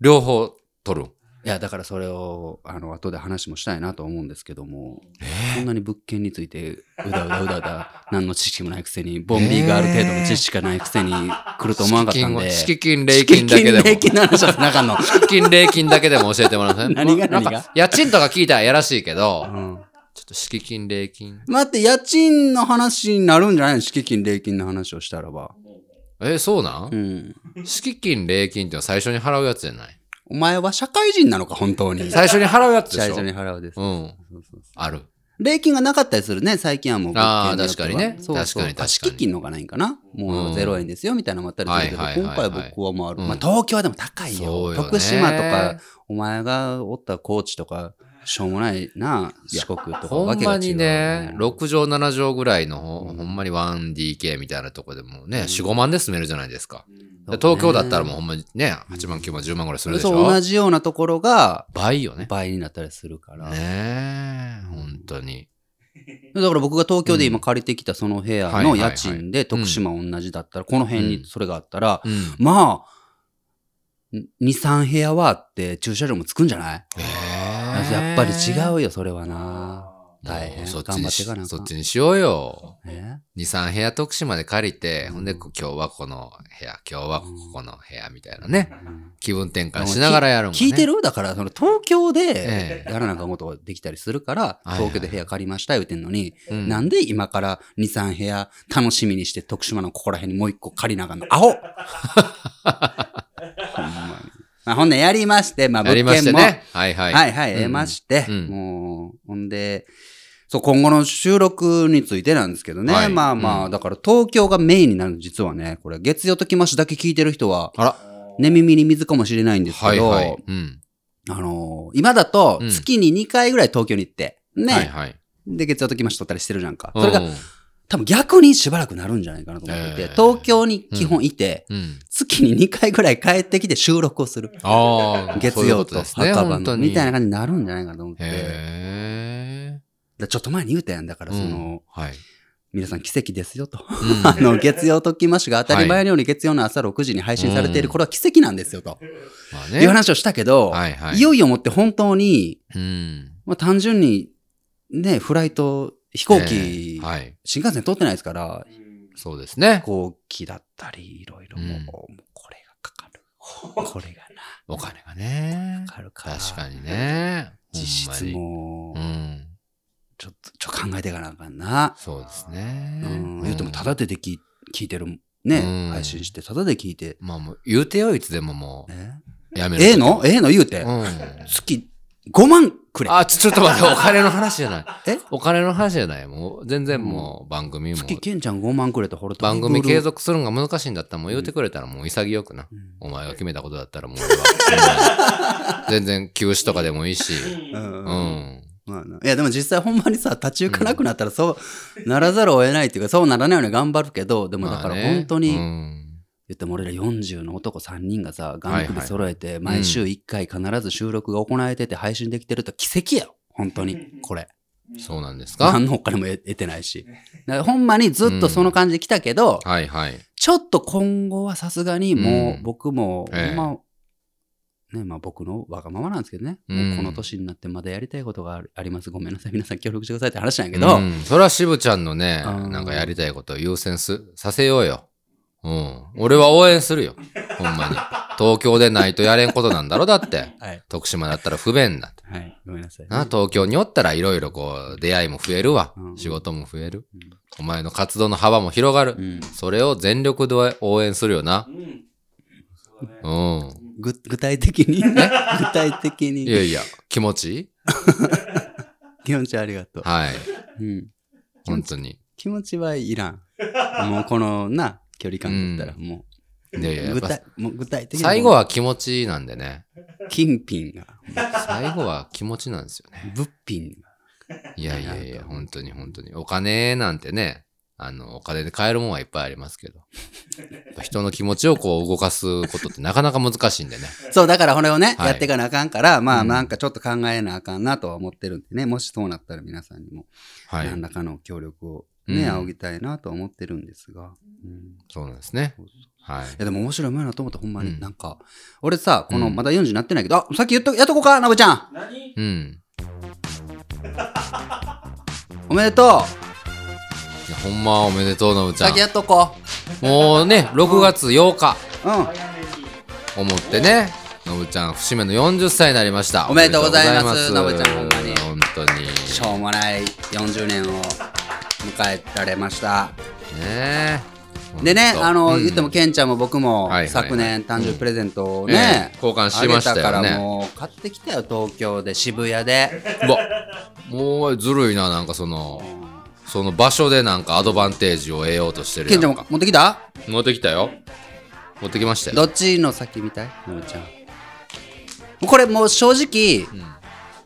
Speaker 2: 両方取るん。
Speaker 1: いや、だからそれを、あの、後で話もしたいなと思うんですけども、
Speaker 2: え
Speaker 1: そんなに物件について、うだうだうだうだ、何の知識もないくせに、ボンビーがある程度の知識がないくせに来ると思わなかったんで。
Speaker 2: 敷金は、敷金、礼金だけでも。
Speaker 1: 礼金の話はなかんの。
Speaker 2: 敷金、礼金だけでも教えてもらえません
Speaker 1: 何が
Speaker 2: なんか
Speaker 1: 何が
Speaker 2: 家賃とか聞いたらやらしいけど、
Speaker 1: う ん
Speaker 2: ちょっと敷金、礼金。
Speaker 1: 待って、家賃の話になるんじゃないの敷金、礼金の話をしたらば。
Speaker 2: え、そうなん
Speaker 1: うん。
Speaker 2: 敷金、礼金ってのは最初に払うやつじゃない
Speaker 1: お前は社会人なのか、本当に。
Speaker 2: 最初に払うやつでし
Speaker 1: 最
Speaker 2: ょ
Speaker 1: 初に払うです。
Speaker 2: うん。ある。
Speaker 1: 礼金がなかったりするね、最近はもう物
Speaker 2: あー
Speaker 1: 件によっては。
Speaker 2: 確かにね
Speaker 1: そうそう
Speaker 2: 確かに確かに
Speaker 1: あ敷金のがないんかなもう0円ですよ、みたいなのもあったりするけど、
Speaker 2: はいはいはいはい
Speaker 1: 今回僕はもうある。
Speaker 2: うん
Speaker 1: まあ、東京はでも高い
Speaker 2: そ
Speaker 1: よ。
Speaker 2: うよね。
Speaker 1: 徳島とか、お前がおった高知とか、しょうもないな、四国とか
Speaker 2: ほ
Speaker 1: わ
Speaker 2: ん
Speaker 1: けが違
Speaker 2: ま
Speaker 1: う
Speaker 2: に
Speaker 1: よ
Speaker 2: ね
Speaker 1: ね、
Speaker 2: 6畳、7畳ぐらいのほ、
Speaker 1: うん
Speaker 2: ほんまに 1DK みたいなとこでもね、
Speaker 1: うん
Speaker 2: 4、5万で住めるじゃないですか。
Speaker 1: そうね
Speaker 2: 東京だったらもうほんまにね、8万、9万、10万ぐらいするでし
Speaker 1: そう
Speaker 2: ょ。
Speaker 1: 同じようなところが
Speaker 2: 倍よね。
Speaker 1: 倍になったりするから、
Speaker 2: ねえ、本当に。
Speaker 1: だから僕が東京で今借りてきたその部屋の家賃で
Speaker 2: はいはい
Speaker 1: 徳
Speaker 2: はい
Speaker 1: 島同じだったら、この辺
Speaker 2: うん
Speaker 1: にそれがあったら、
Speaker 2: うん。
Speaker 1: まあ23部屋はあって駐車場もつくんじゃない、
Speaker 2: ええ
Speaker 1: やっぱり違うよそれはな、大
Speaker 2: もう
Speaker 1: 変
Speaker 2: そっち
Speaker 1: 頑張
Speaker 2: に
Speaker 1: って
Speaker 2: し
Speaker 1: いかなあかん
Speaker 2: そっちにしようよ。
Speaker 1: ね
Speaker 2: 2、3部屋徳島で借りて、
Speaker 1: うん
Speaker 2: ほんで今日はこの部屋、今日はここの部屋みたいなね。
Speaker 1: うん
Speaker 2: 気分転換しながらやるもんね。
Speaker 1: 聞いてるだからその東京で
Speaker 2: ええ
Speaker 1: やらなあかんことができたりするから、
Speaker 2: いはい
Speaker 1: 東京で部屋借りました言うてんのに、
Speaker 2: うん
Speaker 1: なんで今から2、3部屋楽しみにして徳島のここら辺にもう一個借りなあかんの アホほんまにまあ、ほんでやりまして、まあ物
Speaker 2: やり
Speaker 1: 件も、
Speaker 2: ましてね。はいはい。
Speaker 1: はいはい、
Speaker 2: うん
Speaker 1: 得まして、
Speaker 2: うん
Speaker 1: もう、ほんで、そう、今後の収録についてなんですけどね、
Speaker 2: はい
Speaker 1: まあまあ、
Speaker 2: うん
Speaker 1: だから東京がメインになるの実はね、これ月曜ときましだけ聞いてる人は、
Speaker 2: あら。
Speaker 1: 寝耳に水かもしれないんです
Speaker 2: は
Speaker 1: け
Speaker 2: い
Speaker 1: ど、
Speaker 2: はい。うん。
Speaker 1: あのー今だと
Speaker 2: うん
Speaker 1: 月に2回ぐらい東京に行って、ね、
Speaker 2: はいはい。
Speaker 1: で、月曜ときまし撮ったりしてるじゃんか。
Speaker 2: うん
Speaker 1: それが多分逆にしばらくなるんじゃないかなと思っていて、
Speaker 2: えー
Speaker 1: 東京に基本いて、
Speaker 2: うん。
Speaker 1: 月に2回ぐらい帰ってきて収録をする。
Speaker 2: ああ、そ う
Speaker 1: 月
Speaker 2: いうこ
Speaker 1: 曜と
Speaker 2: ですね
Speaker 1: 墓場
Speaker 2: 本当
Speaker 1: の、
Speaker 2: に
Speaker 1: みたいな感じになるんじゃないかなと思って。
Speaker 2: へえ。
Speaker 1: だちょっと前に言うたやん。だからその、
Speaker 2: うん はい。
Speaker 1: 皆さん奇跡ですよと。
Speaker 2: うん
Speaker 1: あの、月曜ときましが当たり前のように月曜の朝6時に配信されている、
Speaker 2: うん
Speaker 1: これは奇跡なんですよと。
Speaker 2: まあ
Speaker 1: い
Speaker 2: ね。
Speaker 1: う話をしたけど、
Speaker 2: はいはい。
Speaker 1: いよいよもって本当に、
Speaker 2: うん。
Speaker 1: まあ、単純に、ね、フライト、飛行機、
Speaker 2: ええはい。
Speaker 1: 新幹線通ってないですから、
Speaker 2: そうですね
Speaker 1: 飛。行機だったり、いろいろもう、
Speaker 2: うん
Speaker 1: もうこれがかかる。これが
Speaker 2: お金がね
Speaker 1: な、。かかるから。
Speaker 2: 確かにね。
Speaker 1: 実質
Speaker 2: ほん
Speaker 1: も
Speaker 2: まに。う、ん。
Speaker 1: ちょっと、ちょっと考えていかなあかんな。
Speaker 2: そうですね。
Speaker 1: うん。言うても、ただででき聞いてる、ね、
Speaker 2: うん
Speaker 1: 配信して、ただで聞いて。
Speaker 2: まあもう、言うてよ、いつでもも
Speaker 1: え
Speaker 2: う、やめる。
Speaker 1: ええのええの言うて。
Speaker 2: うん。
Speaker 1: 月5万くれ。
Speaker 2: あ、ちょ、ちょっと待って、お金の話じゃない。
Speaker 1: え
Speaker 2: お金の話じゃない。もう、全然もう、番組も、
Speaker 1: 月ケンちゃん5万くれと、ほら、
Speaker 2: 番組継
Speaker 1: 続。
Speaker 2: 続するのが難しいんだったら、もう言うてくれたらもう潔くな。
Speaker 1: うん
Speaker 2: お前が決めたことだったらもう俺 は、全然休止とかでもいいし、
Speaker 1: う
Speaker 2: うんん。
Speaker 1: まあな、いやでも実際ほんまにさ立ち行かなくなったらそうならざるを得ないっていうかそうならないように頑張るけどでもだから
Speaker 2: まあね
Speaker 1: 本当に
Speaker 2: う
Speaker 1: 言
Speaker 2: ん
Speaker 1: っても俺ら40の男3人がさ
Speaker 2: はいは
Speaker 1: 眼
Speaker 2: い
Speaker 1: 首揃えて毎週1回必ず収録が行われてて配信できてると奇跡やよ本当にこれ
Speaker 2: そうなんですか
Speaker 1: 何のお金も得得てないしだからほんまにずっとその感じで来たけど
Speaker 2: はいはい。
Speaker 1: ちょっと今後はさすがにも
Speaker 2: う
Speaker 1: うん僕も、
Speaker 2: ええ
Speaker 1: まあねまあ、僕のわがままなんですけどね、
Speaker 2: うん
Speaker 1: もうこの年になってまだやりたいことがあるありますごめんなさい皆さん協力してくださいって話なんやけど、
Speaker 2: うんそれは渋ちゃんのね、
Speaker 1: うん
Speaker 2: なんかやりたいことを優先す、させようよ。うん。俺は応援するよ。ほんまに。東京でないとやれんことなんだろだって。
Speaker 1: はい、
Speaker 2: 徳島だったら不便だって。
Speaker 1: はい、ごめんなさいね、
Speaker 2: な、東京におったらいろいろこう、出会いも増えるわ
Speaker 1: う。ん
Speaker 2: 仕事も増える
Speaker 1: うん。
Speaker 2: お前の活動の幅も広が
Speaker 1: う
Speaker 2: る。
Speaker 1: ん、
Speaker 2: それを全力で応援するよな。
Speaker 3: うん。そうだね
Speaker 2: うん。
Speaker 1: ぐ具体的に具 体的
Speaker 2: いや
Speaker 1: に。
Speaker 2: いや、気持ちいい
Speaker 1: 気持ちありがとう。
Speaker 2: はい。
Speaker 1: うん、
Speaker 2: 本当に。
Speaker 1: 気持ちはいらん。 もうこのな、距離感だったらも
Speaker 2: いや
Speaker 1: う。
Speaker 2: いや、やっ
Speaker 1: 具
Speaker 2: ぱ
Speaker 1: 体もう具体的に。
Speaker 2: 最後。は気持ちいいなんでね。
Speaker 1: 金品が、
Speaker 2: 最後は気持ちなんですよね。
Speaker 1: 物品が。
Speaker 2: いやいや いや、本当に本当に。お金なんてね、あの、お金で買えるもんはいっぱいありま すけど。やっぱ人の気持ちをこう動かすことってなかなか難しいんでね。
Speaker 1: そう、だからこれをね、
Speaker 2: はい
Speaker 1: やっていかなあかんから、まあ
Speaker 2: うん
Speaker 1: なんかちょっと考えなあかんなとは思ってるんでね、もしそうなったら皆さんにも
Speaker 2: はい。
Speaker 1: 何らかの協力をね、
Speaker 2: うん
Speaker 1: 仰ぎたいなとは思ってるんですが。うん
Speaker 2: そうなんですね
Speaker 1: そうそ。
Speaker 2: はい。
Speaker 1: いやでも面白いもんやなと思った、ほんまに。
Speaker 2: うん
Speaker 1: なんか、俺さ、この、
Speaker 2: うん
Speaker 1: まだ40になってないけど、あ、さっき言っと、やっとこうか、なぶちゃん
Speaker 3: 何
Speaker 2: うん。
Speaker 1: おめでと
Speaker 2: いやほんまおめでとうのぶ
Speaker 1: う
Speaker 2: ち
Speaker 1: さ
Speaker 2: ゃ
Speaker 1: っ
Speaker 2: ん
Speaker 1: き。やっとこ
Speaker 2: もうね、6月8日、
Speaker 1: ううん。
Speaker 3: 早めに。
Speaker 2: 思ってね、のぶちゃん、節目の40歳になりました。
Speaker 1: おめでとうございます
Speaker 2: おめでとう
Speaker 1: の
Speaker 2: ご
Speaker 1: ぶちゃん
Speaker 2: ざ
Speaker 1: ほんま
Speaker 2: い
Speaker 1: に
Speaker 2: ます本当に。
Speaker 1: しょうもない40年を迎えられました。
Speaker 2: ねえ
Speaker 1: でね、
Speaker 2: ほんと
Speaker 1: あの、
Speaker 2: うん
Speaker 1: 言っても、ケンちゃんも僕も
Speaker 2: はいはいはい
Speaker 1: 昨年誕生日プレゼントを
Speaker 2: え
Speaker 1: ね
Speaker 2: え、交換しましたよ
Speaker 1: あげ
Speaker 2: ね
Speaker 1: たからもう買ってきたよ、東京で、渋谷で。
Speaker 2: うわもうずるいな、なんかその、その場所でなんかアドバンテージを得ようとしてる
Speaker 1: ケ
Speaker 2: や
Speaker 1: ン
Speaker 2: ん
Speaker 1: ちゃん
Speaker 2: か
Speaker 1: も持ってきた
Speaker 2: 持ってきたよ。持ってきました
Speaker 1: ど
Speaker 2: よ。
Speaker 1: っちの先みたいのぶちゃん。もうこれもう正直、
Speaker 2: うん。うん。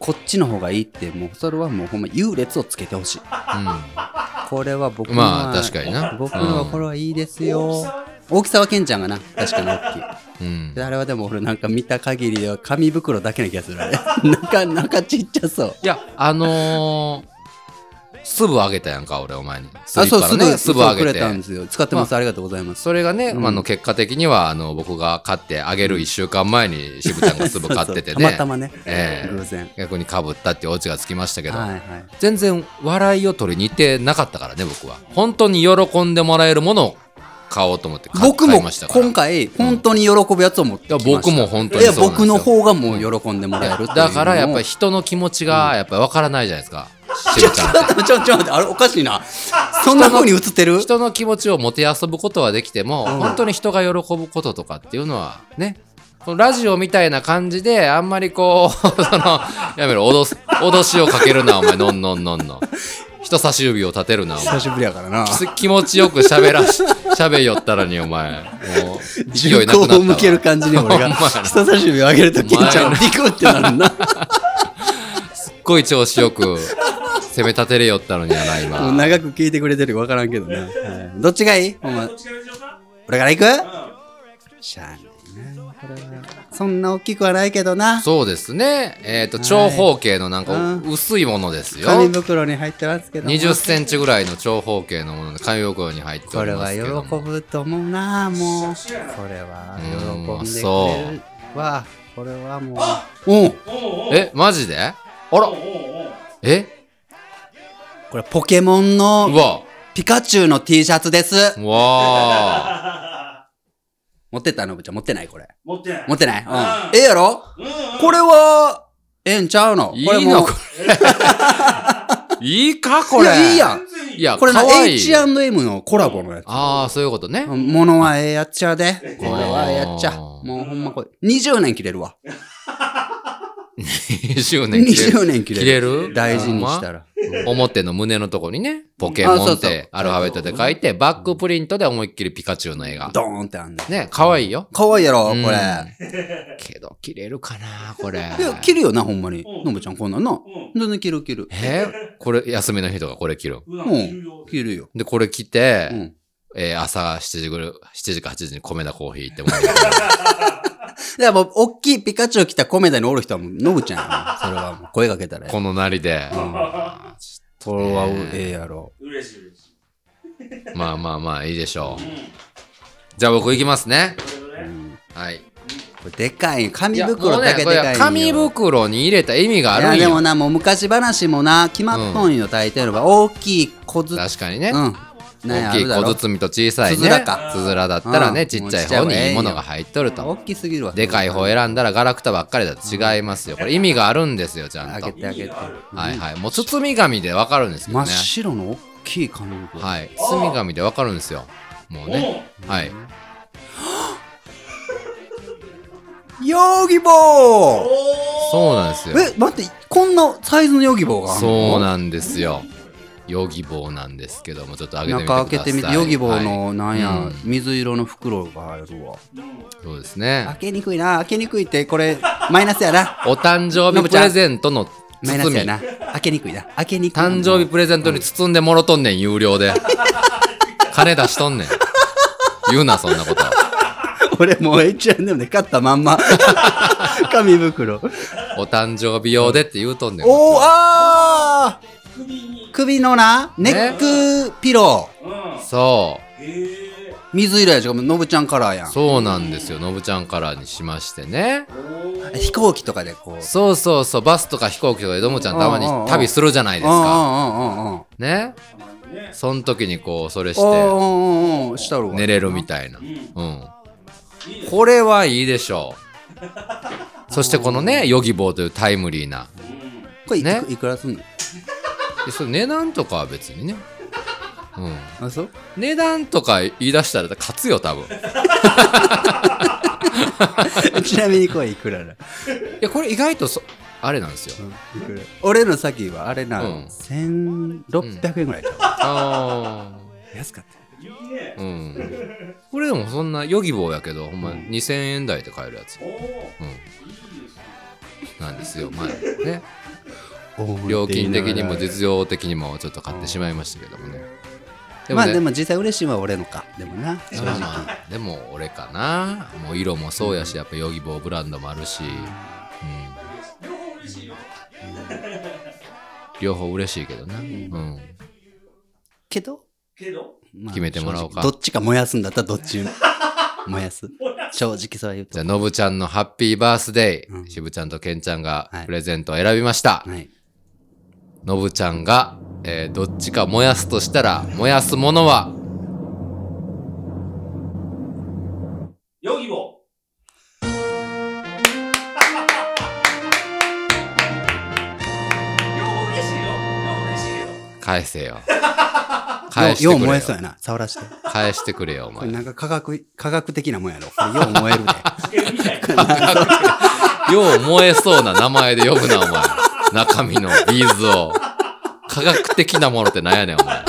Speaker 1: こっちの方がいいって、もうそれはもうほんま優劣をつけてほしい。これは僕のは
Speaker 2: まあ確かにな
Speaker 1: 僕のは
Speaker 2: うん
Speaker 1: これはいいですよ。大きさはケンちゃんがな、確かに大きい。
Speaker 2: うん
Speaker 1: であれはでも俺なんか見た限りは紙袋だけな気がするあれ なんかなんかちっちゃそう
Speaker 2: いや、あのー、すぐあげたやんか、俺、お前に。あ、
Speaker 1: あそうすぐ
Speaker 2: す
Speaker 1: す
Speaker 2: ぐ
Speaker 1: ぐ
Speaker 2: あ
Speaker 1: あげ
Speaker 2: げ
Speaker 1: れたん
Speaker 2: て
Speaker 1: で。すよ使ってます、あ、りがとうございます
Speaker 2: それがね、
Speaker 1: うん
Speaker 2: まああの結果的にはあの僕が買ってあげる1週間前に渋ちゃんがすぐ買って て
Speaker 1: そうそう
Speaker 2: ね
Speaker 1: たまたまね、
Speaker 2: ええ
Speaker 1: 偶然
Speaker 2: 逆にかぶったっていうオチがつきましたけど、
Speaker 1: はいはい
Speaker 2: 全然笑いを取りに行ってなかったからね僕は本当に喜んでもらえるものを買おうと思って買
Speaker 1: 僕
Speaker 2: 買
Speaker 1: も
Speaker 2: いましたから
Speaker 1: 今回本当に喜ぶやつを持ってきました
Speaker 2: いや僕も本当にそうなんですよ
Speaker 1: いや僕の方がもう喜んでもらえるっていうのを
Speaker 2: だからやっ ぱり人の気持ちがやっぱり分からないじゃないですか、渋ちゃんって
Speaker 1: ちょちょちょ待ってあれおかしいなそんな風に映ってる
Speaker 2: 人の気持ちをもてあそぶことはできても、
Speaker 1: うん
Speaker 2: 本当に人が喜ぶこととかっていうのはねこのラジオみたいな感じであんまりこう そのやめろ脅す脅しをかけるなお前のんのんのんの人差し指を立てるなお前
Speaker 1: 久しぶりやからな
Speaker 2: き 気持ちよく喋らし喋よったらにお前もう勢
Speaker 1: 銃
Speaker 2: いなくなっ
Speaker 1: 口
Speaker 2: た
Speaker 1: を
Speaker 2: わ
Speaker 1: 向ける感じに 俺が人差し指を上げるとケンちゃんがビクってなるな
Speaker 2: すっごい調子よく攻め立てれよったのにやな
Speaker 1: もう
Speaker 2: 今
Speaker 1: 長く聞いてくれてるか分からんけどね。はいどっちがいいほんま
Speaker 3: どっちからでしょうか
Speaker 1: 俺から
Speaker 3: う
Speaker 1: 行
Speaker 3: ん。
Speaker 1: くしゃあないな。これは。そんな大きくはないけどな。
Speaker 2: そうですねえっ、と
Speaker 1: はい
Speaker 2: 長方形のなんか
Speaker 1: うん
Speaker 2: 薄いものですよ
Speaker 1: 紙袋に入ってますけども。
Speaker 2: 20センチぐらいの長方形のもので紙袋に入って
Speaker 1: こ
Speaker 2: おり
Speaker 1: れ
Speaker 2: ま
Speaker 1: は
Speaker 2: すけども
Speaker 1: 喜ぶと思うな、もう。これは喜んでくれるわ。これはもう。うん。
Speaker 3: おうおう
Speaker 2: えマジであ
Speaker 3: おう
Speaker 2: ら
Speaker 3: おうおう
Speaker 2: え
Speaker 1: これポケモン
Speaker 2: う
Speaker 1: の
Speaker 2: わ
Speaker 1: ピカチュウの T シャツです。
Speaker 2: うわ
Speaker 1: 持ってったのぶちゃん持ってないこれ。
Speaker 3: 持ってない。
Speaker 1: 持ってないうん。ええやろ
Speaker 3: うんうん
Speaker 1: これは、ええんちゃうの
Speaker 2: いい
Speaker 1: これ
Speaker 2: の
Speaker 1: もう
Speaker 2: こーいいかこれ
Speaker 1: いやいいやん
Speaker 3: 全然い
Speaker 2: いや
Speaker 1: これな
Speaker 2: かわいい
Speaker 1: H&M のコラボのやつ。
Speaker 2: ああそういうことね
Speaker 1: ものはええやっちゃうで。これはええやっちゃ
Speaker 2: あ
Speaker 1: う。
Speaker 2: ー
Speaker 1: もうほんまこれ。20年切れるわ。
Speaker 2: 20年切れる
Speaker 1: 20年切
Speaker 2: 切
Speaker 1: れ
Speaker 2: れ
Speaker 1: る。
Speaker 2: る
Speaker 1: 大事にしたら。
Speaker 2: 表の胸のとこにね、ポケモン
Speaker 1: あそう
Speaker 2: っ
Speaker 1: そう
Speaker 2: てアルファベットで書いて、バックプリントで思いっきりピカチュウの絵が。
Speaker 1: ドーンってあんねん。
Speaker 2: ね、可愛いよ。
Speaker 1: かわいいやろ、こ
Speaker 2: うん
Speaker 1: れ。
Speaker 2: けど、切れるかな、これ。
Speaker 1: いや、切るよな、ほんまに
Speaker 3: う。ん
Speaker 1: のぶちゃん、こんなんな。
Speaker 3: うん。
Speaker 1: 全然切る切る。
Speaker 2: えーこれ、休みの日とかこれ切る。
Speaker 3: うわ、
Speaker 1: うん
Speaker 3: 重要
Speaker 1: 切るよ。
Speaker 2: で、これ着て、
Speaker 1: うん。
Speaker 2: えー朝7時ぐらい、7時か8時に米田コーヒー行ってもらう
Speaker 1: でもう、おっきいピカチュウ着たコメダにおる人はもう、のぶちゃんやな。それはもう、声かけたらええ。
Speaker 2: このなりで。
Speaker 1: うんこれはええやろ。
Speaker 3: 嬉しい嬉しい。
Speaker 2: まあまあまあ、いいでしょ
Speaker 3: う
Speaker 2: う。
Speaker 3: ん。
Speaker 2: じゃあ僕行きますね。
Speaker 3: そ
Speaker 1: う
Speaker 3: れでね
Speaker 1: ん
Speaker 2: はい。
Speaker 1: これでかい。
Speaker 2: い
Speaker 1: 紙
Speaker 2: や
Speaker 1: 袋
Speaker 2: もう
Speaker 1: だけで
Speaker 2: これ
Speaker 1: かいん
Speaker 2: は
Speaker 1: よ。
Speaker 2: 紙袋に入れた意味があるん
Speaker 1: いやで
Speaker 2: よ
Speaker 1: もなもう昔話もな決まっとんよ、大抵のが大きい小ず
Speaker 2: 確かにね。
Speaker 1: うんなんや
Speaker 2: 大き
Speaker 1: あ
Speaker 2: い
Speaker 1: るだろ
Speaker 2: 小包みと小さいね。
Speaker 1: つづらか
Speaker 2: つづらだったら
Speaker 1: う
Speaker 2: ね、
Speaker 1: ん
Speaker 2: ちっちゃ
Speaker 1: もうち
Speaker 2: い方
Speaker 1: っちゃい方がええ
Speaker 2: に
Speaker 1: よ
Speaker 2: いいものが入っとると
Speaker 1: 大。きすぎるわ
Speaker 2: でかい方選んだらガラクタばっかりだと違いますよ。これ意味があるんですよ、ちゃん
Speaker 1: あ
Speaker 2: と
Speaker 1: げ。てあげて
Speaker 2: はい
Speaker 1: い
Speaker 2: はい。もう包み紙でわかるんですけ
Speaker 1: 真
Speaker 2: ど
Speaker 1: っ
Speaker 2: ね。
Speaker 1: 白の大きい紙袋い
Speaker 2: はい。包み紙でわかるんですよ。もう
Speaker 3: おう
Speaker 2: ね。はい。
Speaker 1: ヨーギボー
Speaker 2: そうなんですよ。
Speaker 1: え、待って、こんなサイズのヨーギボーがあるの
Speaker 2: そうなんですよ。ヨギボーなんですけども、ちょっと開けてみてくださ
Speaker 1: 中
Speaker 2: い。
Speaker 1: 開けてみて、ヨギボー
Speaker 2: はい
Speaker 1: のなんや、
Speaker 2: うん
Speaker 1: 水色の袋があるわ。
Speaker 2: そうですね
Speaker 1: 開。けにくいな、開けにくいって、これ、マイナスやな。
Speaker 2: お誕生
Speaker 1: のぶ
Speaker 2: 日
Speaker 1: ち
Speaker 2: プ
Speaker 1: ゃん
Speaker 2: レゼントの
Speaker 1: マイナ
Speaker 2: 包
Speaker 1: スや
Speaker 2: み。
Speaker 1: な。開けにくいな。開けにくい。
Speaker 2: 誕生日プレゼントに包んでもろとんねん、有料 で。金出しとんねん。言うな、そんなこと。
Speaker 1: 俺もう H&M で買ったまんま。 紙袋。
Speaker 2: お誕生日用でって言うとんねん。
Speaker 1: おー、
Speaker 2: こっ
Speaker 1: あー首のな、ネ
Speaker 2: ね
Speaker 1: ックピロー。
Speaker 2: ちはそ
Speaker 3: え
Speaker 1: 水色やし、ごめんのぶちゃんカラーや
Speaker 2: う。
Speaker 1: ん。
Speaker 2: そうなんですよ。のぶちゃんカラーにしましてね。
Speaker 1: 飛行機とかでこう。
Speaker 2: そうそうそう。バスとか飛行機とかでどもちゃんたまに
Speaker 1: うんうんうん
Speaker 2: 旅するじゃないですか。
Speaker 1: うんうんうんうんうん。
Speaker 2: ね。
Speaker 3: ー、ね、
Speaker 2: その時にこう、それし
Speaker 1: お
Speaker 2: て
Speaker 1: ーおーおーおーしたろ
Speaker 2: 寝れるみたいな。
Speaker 3: うん、い
Speaker 2: うん。
Speaker 3: いです。
Speaker 2: これはいいで しょう。そしてこのね、ヨギボーというタイムリーな。
Speaker 3: うん
Speaker 1: これいく,、
Speaker 2: ね
Speaker 1: いくらすんの
Speaker 2: でそれ値段とかは別にね。うん。
Speaker 1: あそう
Speaker 2: 値段とか言い出したら勝つよ、多 分。い
Speaker 1: ちなみにこれいくらだ
Speaker 2: や、これ意外とそ、あれなんですよ。
Speaker 1: いくら俺の先はあれな、
Speaker 2: うん
Speaker 1: 1600円ぐらいちゃう、
Speaker 2: あ
Speaker 1: 安かった
Speaker 3: いいね
Speaker 2: あ。うん。これでもそんなヨギボーやけど、ほんま2000円台で買えるやつ
Speaker 3: お。ーいいです
Speaker 2: うん。
Speaker 3: ね
Speaker 2: なんですよ。まあ ね。
Speaker 1: おー
Speaker 2: 料金的にも実用的にもちょっと買ってしまいましたけどもね。で
Speaker 1: ま
Speaker 2: も
Speaker 1: あ
Speaker 2: ね
Speaker 1: でも実際嬉しいのは俺のかでもな正
Speaker 2: まあ
Speaker 1: 直、
Speaker 2: まあでも俺かなもう色もそうやしやっぱヨギボーブランドもあるし、うん、
Speaker 3: 両方嬉しいよ。
Speaker 2: 両方嬉しいけどな、うん、
Speaker 1: けど、
Speaker 3: けど、
Speaker 1: まあ
Speaker 2: 決めてもらおうか
Speaker 1: 正直どっちか燃やすんだったらどっ ち燃やす正直そう言う
Speaker 2: じ
Speaker 1: と
Speaker 2: ゃあのぶちゃんのハッピーバースデ
Speaker 1: うん
Speaker 2: ーしぶ、ちゃんとけんちゃんが
Speaker 1: はい
Speaker 2: プレゼントを選びました、
Speaker 1: はい
Speaker 2: のぶちゃんが、えーどっちか燃やすとしたら燃やすものは
Speaker 3: ヨギボー。両方嬉しいよ。両方嬉しいけど。
Speaker 2: 返せ よ
Speaker 1: よ
Speaker 2: 返して
Speaker 1: うよう
Speaker 2: く
Speaker 1: 燃
Speaker 2: れ
Speaker 1: えそう
Speaker 2: よ
Speaker 1: やな触らして
Speaker 2: 返してくれよお
Speaker 1: こ
Speaker 2: 前
Speaker 1: れなんか科学科学的なもんやろこれよう燃え るで
Speaker 3: えみたいな。
Speaker 2: よう燃えそうな名前で呼ぶな、お前。 中身のビーズを。科学的なものってなんやねん、お前。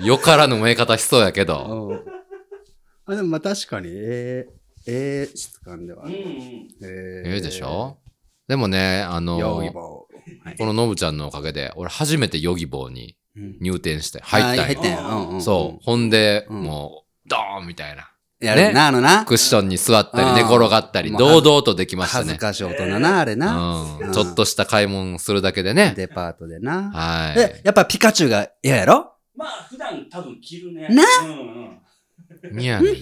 Speaker 2: よからぬ燃え方しそうやけど。
Speaker 1: おうあでもまあ確かにええええ質感ではあ
Speaker 3: うんう
Speaker 1: る
Speaker 3: ん。
Speaker 1: え
Speaker 2: ええでしょでもね、あ
Speaker 1: ヨ
Speaker 2: の
Speaker 1: ーギ、ボーはい
Speaker 2: このノブちゃんのおかげで、俺初めてヨギボーに
Speaker 1: うん
Speaker 2: 入店して、入
Speaker 1: あ
Speaker 2: っ
Speaker 1: ー
Speaker 2: たん
Speaker 1: 入
Speaker 2: よ
Speaker 1: ったんやうんうん
Speaker 2: そう。ほんで、
Speaker 1: うん
Speaker 2: もう、ドーンみたいな。
Speaker 1: やるなあのな
Speaker 2: クッションに座った
Speaker 1: う
Speaker 2: り、
Speaker 1: ん
Speaker 2: 寝転がったり、
Speaker 1: もう
Speaker 2: 堂々とできました
Speaker 1: 恥ず
Speaker 2: ね。
Speaker 1: かしい大人なあれな
Speaker 2: う。
Speaker 1: うんん
Speaker 2: ちょっとした買い物するだけでね。
Speaker 1: デパートでな
Speaker 2: は
Speaker 1: で
Speaker 2: い。
Speaker 1: やっぱピカチュウが嫌やろ
Speaker 3: まあ普段多分着るね。
Speaker 1: な
Speaker 3: うんうん。
Speaker 2: にやねん。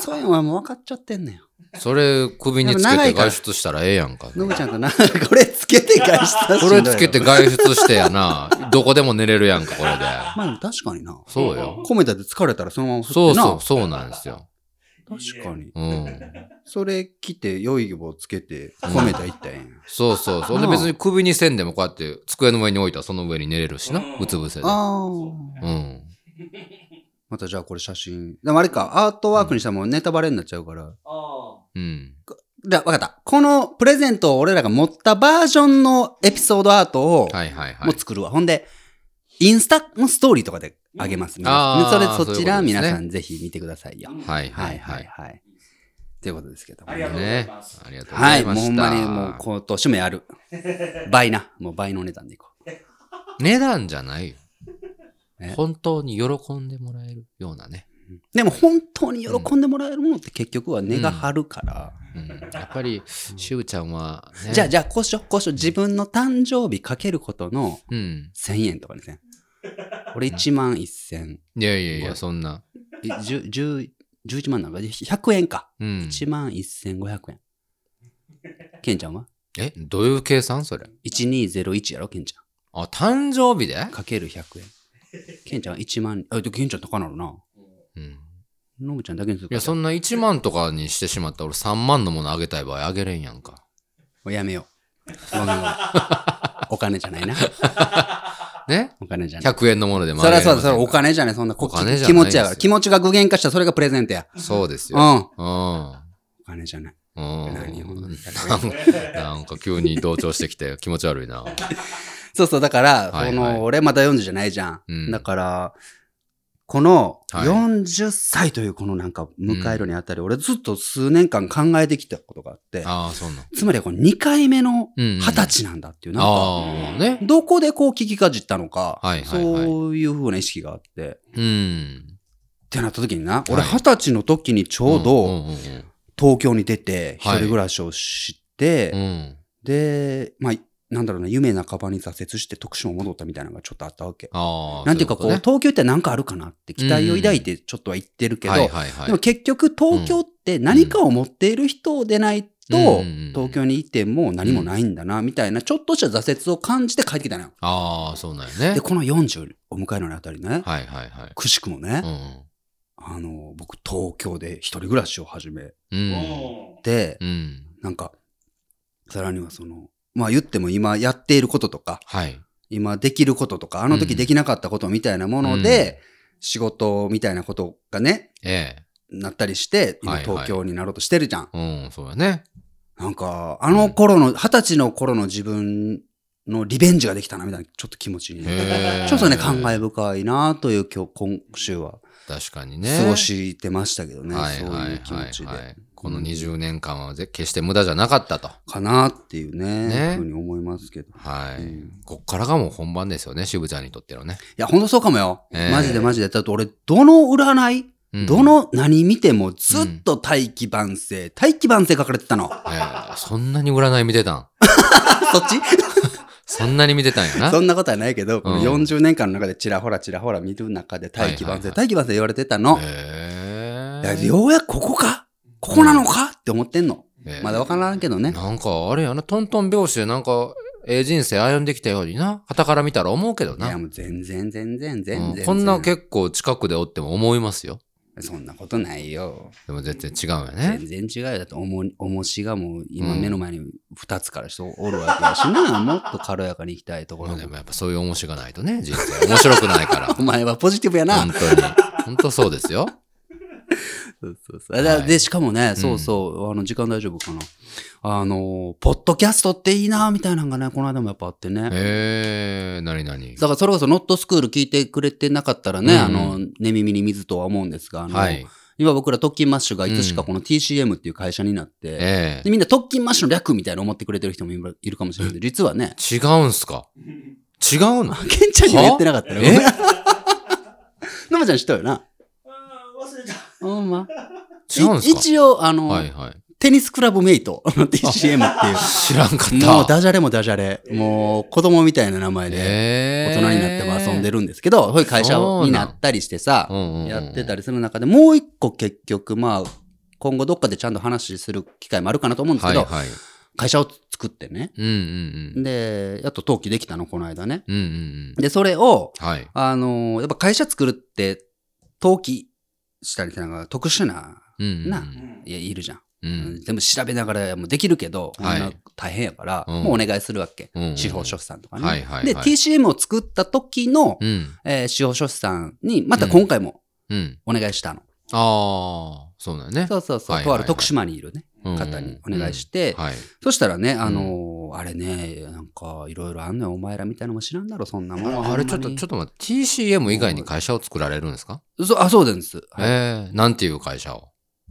Speaker 1: そういうのはもう分かっちゃってんのよ
Speaker 2: それ首につけて外出したらええやんか。
Speaker 1: のぶちゃんとな これつけて返した
Speaker 2: それつけて外出してやな。どこでも寝れるやんか、これで。
Speaker 1: まあでも確かにな
Speaker 2: そうよ。
Speaker 1: コメダで疲れたらそのまま振ってな
Speaker 2: そうそう、そうなんですよ。
Speaker 1: 確かに
Speaker 2: うん。
Speaker 1: それ着て良い棒つけてコメダ行ったんや
Speaker 2: そうそうそう。で別に首にせんでもこうやって机の上に置いたらその上に寝れるしな。うつ伏せで。
Speaker 1: ああ
Speaker 2: うん。
Speaker 1: またじゃあこれ写真。でもあれか、アートワークにしたらもうネタバレになっちゃうから。
Speaker 3: あ
Speaker 2: うん。
Speaker 1: じゃあ分かった。このプレゼントを俺らが持ったバージョンのエピソードアートを
Speaker 2: はいはいは
Speaker 1: もう
Speaker 2: い。
Speaker 1: 作るわ。ほんで、インスタのストーリーとかであげます。皆さん
Speaker 2: あー
Speaker 1: ねそれそちら
Speaker 2: そういうことですね
Speaker 1: 皆さんぜひ見てくださいよ。
Speaker 3: あ。
Speaker 2: はい
Speaker 1: は
Speaker 2: はいい
Speaker 1: は
Speaker 2: はいい。
Speaker 1: はい。ということですけども
Speaker 3: ありがとうござい
Speaker 2: ね
Speaker 3: ます。。
Speaker 2: ありがとうご
Speaker 1: は
Speaker 2: ざ
Speaker 1: い、
Speaker 2: い
Speaker 1: もう
Speaker 2: ま
Speaker 1: ほ
Speaker 2: し
Speaker 1: んまにもう
Speaker 2: た。
Speaker 1: 今年もや る。倍な。もう倍のお値段でいこう。
Speaker 2: 値段じゃないよ
Speaker 1: え。
Speaker 2: 本当に喜んでもらえるようなね。
Speaker 1: でも本当に喜んでもらえるものって結局は根が張るから。
Speaker 2: うん。やっぱり、しゅうちゃんはね。
Speaker 1: じゃあじゃあこうしよう、こうしよう。自分の誕生日かけることの
Speaker 2: うん。
Speaker 1: 1000円とかです ね。俺1万1000、
Speaker 2: いやいやいや、そんな。
Speaker 1: え10 10 11万なのか、100円か。
Speaker 2: うん。
Speaker 1: 1万1500円。ケンちゃんは
Speaker 2: え、どういう計算それ。
Speaker 1: ?1201 やろ、ケンち
Speaker 2: あ、誕生日で
Speaker 1: ゃん。かける100円。ケンちゃんは1万、あ、でケンちゃん高なのな。
Speaker 2: うん。い
Speaker 1: ノブちゃんだけにするか
Speaker 2: や、そんな1万とかにしてしまったら俺3万のものあげたい場合あげれんやんか。
Speaker 1: もうやめよう。ごめんごめん お金じゃないな。
Speaker 2: ね
Speaker 1: お金じゃない。
Speaker 2: ?100 円のものでも
Speaker 1: そ
Speaker 2: あげ
Speaker 1: り
Speaker 2: れ
Speaker 1: ゃ
Speaker 2: ませ
Speaker 1: そう
Speaker 2: んか
Speaker 1: だ、それお金じゃない、そんなこっ
Speaker 2: お金じゃない
Speaker 1: 気持ちやから。
Speaker 2: ですよ
Speaker 1: 気持ちが具現化したらそれがプレゼントや。
Speaker 2: そうです
Speaker 1: う
Speaker 2: よ。
Speaker 1: ん。
Speaker 2: うん。
Speaker 1: お金じゃない。
Speaker 2: う
Speaker 1: 何を
Speaker 2: ん。なんか急に同調してきて気持ち悪いな。
Speaker 1: そうそう、だから、
Speaker 2: はいはい
Speaker 1: その、俺まだ40じゃないじゃん。
Speaker 2: うん
Speaker 1: だから、この
Speaker 2: はい
Speaker 1: 40歳というこのなんか迎えるにあたり、俺ずっと数年間考えてきたことがあって、
Speaker 2: ああ、そうなん。
Speaker 1: つまりこの2回目の
Speaker 2: うんうん
Speaker 1: 20歳なんだっていう、なんか、
Speaker 2: ああ、ね。
Speaker 1: どこでこう聞きかじったのか、
Speaker 2: はいはいはい
Speaker 1: そういう風な意識があって、
Speaker 2: うん。
Speaker 1: ってなった時にな、
Speaker 2: い
Speaker 1: 俺20歳の時にちょう
Speaker 2: うん
Speaker 1: ど
Speaker 2: うんうん
Speaker 1: 東京に出て、一
Speaker 2: はい
Speaker 1: 人暮らしをして、
Speaker 2: うん。
Speaker 1: で、まあ、なんだろうな、夢半ばに挫折して徳島戻ったみたいなのがちょっとあったわけ。
Speaker 2: ああ。
Speaker 1: なんていうかこう、
Speaker 2: そ
Speaker 1: 東京ってなんかあるかなって期待を抱いてちょっとは言ってるけど、
Speaker 2: はいはいはい。
Speaker 1: でも結局東京って何かを持っている人でないと、
Speaker 2: うんうんうん
Speaker 1: 東京にいても何もないんだな、みたいな、ちょっとした挫折を感じて帰ってきたのよ。
Speaker 2: ああ、そうなんやね
Speaker 1: で、。この40を迎えるのにあたりね、
Speaker 2: はいはいはい。
Speaker 1: くしくもね、
Speaker 2: う
Speaker 1: あの、僕東京で一人暮らしを始め
Speaker 2: ん。
Speaker 3: う
Speaker 1: て、
Speaker 2: うん。うん。
Speaker 1: なんか、さらにはその、まあ言っても今やっていることとか、
Speaker 2: はい。
Speaker 1: 今できることとか、あの時できなかったことみたいなもので、仕事みたいなことがね、
Speaker 2: ええ。
Speaker 1: なったりして、今
Speaker 2: はいはい
Speaker 1: 東京になろうとしてるじゃん。
Speaker 2: うん、そうやね。
Speaker 1: なんか、あの頃の、二十歳の頃の自分のリベンジができたな、みたいな、ちょっと気持ちに。ち
Speaker 2: へえ
Speaker 1: ょっとね、感慨深いなという今日、今週は、
Speaker 2: 確かにね。
Speaker 1: 過ごしてましたけどね、
Speaker 2: はい
Speaker 1: そう
Speaker 2: はいいう
Speaker 1: 気持ち
Speaker 2: はいは
Speaker 1: で
Speaker 2: い。。この20年間はぜ決して無駄じゃなかったと。
Speaker 1: かなっていうね、
Speaker 2: ね
Speaker 1: ふうに思いますけど。い
Speaker 2: は
Speaker 1: うん
Speaker 2: い。こっからがもう本番ですよね、渋ちゃんにとってのね。
Speaker 1: や、ほんとそうかもよ。
Speaker 2: ええ
Speaker 1: マジでマジで。だって俺、どの占い、
Speaker 2: うん
Speaker 1: どの何見てもずっと大器晩成、大器晩成書かれてたの。
Speaker 2: えーそんなに占い見てたん
Speaker 1: そ っち
Speaker 2: そんなに見てたんやな。
Speaker 1: そんなことはないけど、この
Speaker 2: うん
Speaker 1: 40年間の中でちらほらちらほら見る中で大器晩
Speaker 2: はいはい
Speaker 1: 成、
Speaker 2: はい
Speaker 1: 大器晩成言われてたの。
Speaker 2: へ
Speaker 1: いや
Speaker 2: ー
Speaker 1: ようやくここかここなのかって思ってんの。
Speaker 2: えー
Speaker 1: まだわからんけどね。
Speaker 2: なんか、あれやな、トントン拍子でなんか、ええ人生歩んできたようにな、傍から見たら思うけど
Speaker 1: い
Speaker 2: な。
Speaker 1: やもう全然全然全然
Speaker 2: うん
Speaker 1: 全然。
Speaker 2: こんな結構近くでおっても思いますよ。
Speaker 1: そんなことないよ。
Speaker 2: でも全然違うんやね。
Speaker 1: 全然違うよ。だって重い重しがもう今
Speaker 2: うん
Speaker 1: 目の前に2つから人おるわけだしな。もっと軽やかに行きたいとこ
Speaker 2: ま
Speaker 1: ろ
Speaker 2: あ
Speaker 1: で
Speaker 2: でも
Speaker 1: も。
Speaker 2: やっぱそういう面白がないとね、人生。面白くないから。
Speaker 1: お前はポジティブや な
Speaker 2: 本。当に。本当そうですよ。
Speaker 1: そうそうそうだ
Speaker 2: はい
Speaker 1: で、しかもね、そうそう、あの、時間大丈夫かな。あの、ポッドキャストっていいな、みたいなのがね、この間もやっぱあってね。
Speaker 2: ええー、なになに。
Speaker 1: だからそれこそノットスクール聞いてくれてなかったらね、
Speaker 2: うん
Speaker 1: あの、寝耳に水とは思うんですが、あの、
Speaker 2: はい。
Speaker 1: 今僕ら特勤マッシュがいつしかこの TCM っていう会社になって、
Speaker 2: ええ
Speaker 1: でみんな特勤マッシュの略みたいな思ってくれてる人もいるいるかもしれないけど、実はね、
Speaker 2: 違うんすか違うの
Speaker 1: ケンちゃんには言ってなかったね。
Speaker 2: え
Speaker 1: のまちゃん知ったよな。
Speaker 3: あー忘れた。
Speaker 1: ほんま。
Speaker 2: 違うん
Speaker 1: い
Speaker 2: すか
Speaker 1: 一応、あの、
Speaker 2: はいはい。
Speaker 1: テニスクラブメイトの TCM っていう。
Speaker 2: 知らんかった。
Speaker 1: もうダジャレもダジャレ。もう子供みたいな名前で
Speaker 2: え
Speaker 1: 大
Speaker 2: え
Speaker 1: 人になっても遊んでるんですけど、そういう会社になったりしてさ、
Speaker 2: うんうんうん
Speaker 1: やってたりする中で、もう一個結局、まあ、今後どっかでちゃんと話する機会もあるかなと思うんです
Speaker 2: は
Speaker 1: け
Speaker 2: い
Speaker 1: ど、
Speaker 2: はい。
Speaker 1: 会社を作ってね。
Speaker 2: うんうん
Speaker 1: で、やっと登記できたの、この間ね。
Speaker 2: うん。うんうんうん。
Speaker 1: で、それを、
Speaker 2: はい。
Speaker 1: あのーやっぱ会社作るって、登記したりってのが特殊な、
Speaker 2: うんうんうん。
Speaker 1: な
Speaker 3: うん
Speaker 1: いや、いるじゃん。
Speaker 2: うん。
Speaker 1: 全部調べながらもうできるけど、
Speaker 2: はい
Speaker 1: こんな大変やから、
Speaker 2: うん
Speaker 1: もうお願いするわけ。
Speaker 2: うんうん
Speaker 1: 司法書士さんとかね。
Speaker 2: はいはいはい
Speaker 1: で、TCM を作った時の、
Speaker 2: うん。
Speaker 1: えー司法書士さんに、また今回も
Speaker 2: うん。
Speaker 1: お願いしたの。
Speaker 2: ああ、そうだよね。
Speaker 1: そうそうそう、
Speaker 2: はい
Speaker 1: と
Speaker 2: はいはい
Speaker 1: ある徳島にいるね、
Speaker 2: うんうん
Speaker 1: 方にお願いして、
Speaker 2: はい。
Speaker 1: そしたらね、あのーあれね、なんかいろいろあんのよ、お前らみたいなのも知らんだろ、そんなもん。
Speaker 2: あれ、ちょっと、ちょっと待って、TCM 以外に会社を作られるんですか
Speaker 1: と。そうあ、そうなんです。はい
Speaker 2: ええ、なんていう会社を。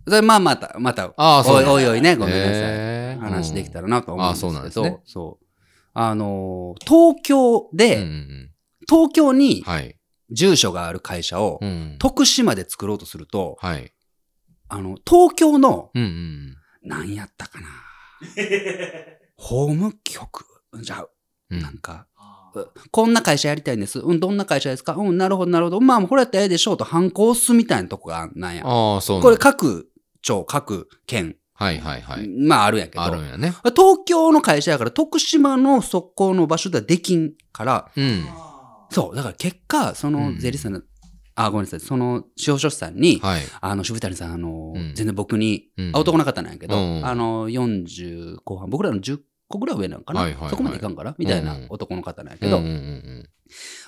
Speaker 1: それまあ、また、また、
Speaker 2: ああ、そ
Speaker 1: お
Speaker 2: う
Speaker 1: い
Speaker 2: だ
Speaker 1: おいおいね、ごめんなさい。
Speaker 2: えー
Speaker 1: 話できたらなと思うんですけど、
Speaker 2: うんあそうなんですね
Speaker 1: そうあのー東京
Speaker 2: うん
Speaker 1: で、
Speaker 2: うんうん
Speaker 1: 東京に
Speaker 2: はい。
Speaker 1: 住所がある会社を、
Speaker 2: うん。
Speaker 1: 徳島で作ろうとすると、
Speaker 2: はい。
Speaker 1: あの、東京の、
Speaker 2: うんうん
Speaker 1: 何やったかな。法務局じゃあ、
Speaker 2: うん。うん
Speaker 1: なんか、こんな会社やりたいんです。うん、どんな会社ですかうん、なるほど、なるほど。まあ、これやったらええでしょうと反抗すみたいなとこがなんや。
Speaker 2: ああ、そうなん
Speaker 1: これ各庁、各県、
Speaker 2: はいはいはい。
Speaker 1: まああるんやけど。
Speaker 2: あるんやね。
Speaker 1: 東京の会社やから、徳島のそこの場所ではできんから、
Speaker 2: うん。
Speaker 1: そう、だから結果、そうの
Speaker 2: ん
Speaker 1: 税理士さんの、あ、ごめんなさい、その司法書士さんに、
Speaker 2: はい。
Speaker 1: あの、渋谷さん、あの、
Speaker 2: うん
Speaker 1: 全然僕に、
Speaker 2: うん
Speaker 1: あ、男の方なんやけど、
Speaker 2: うん
Speaker 1: あの、40後半、僕らの10個ぐらい上なんかな、
Speaker 2: はいはいはい
Speaker 1: そこまでいかんからみたいな
Speaker 2: うん
Speaker 1: 男の方なんや
Speaker 2: う
Speaker 1: け
Speaker 2: んう
Speaker 1: ど、
Speaker 2: んうん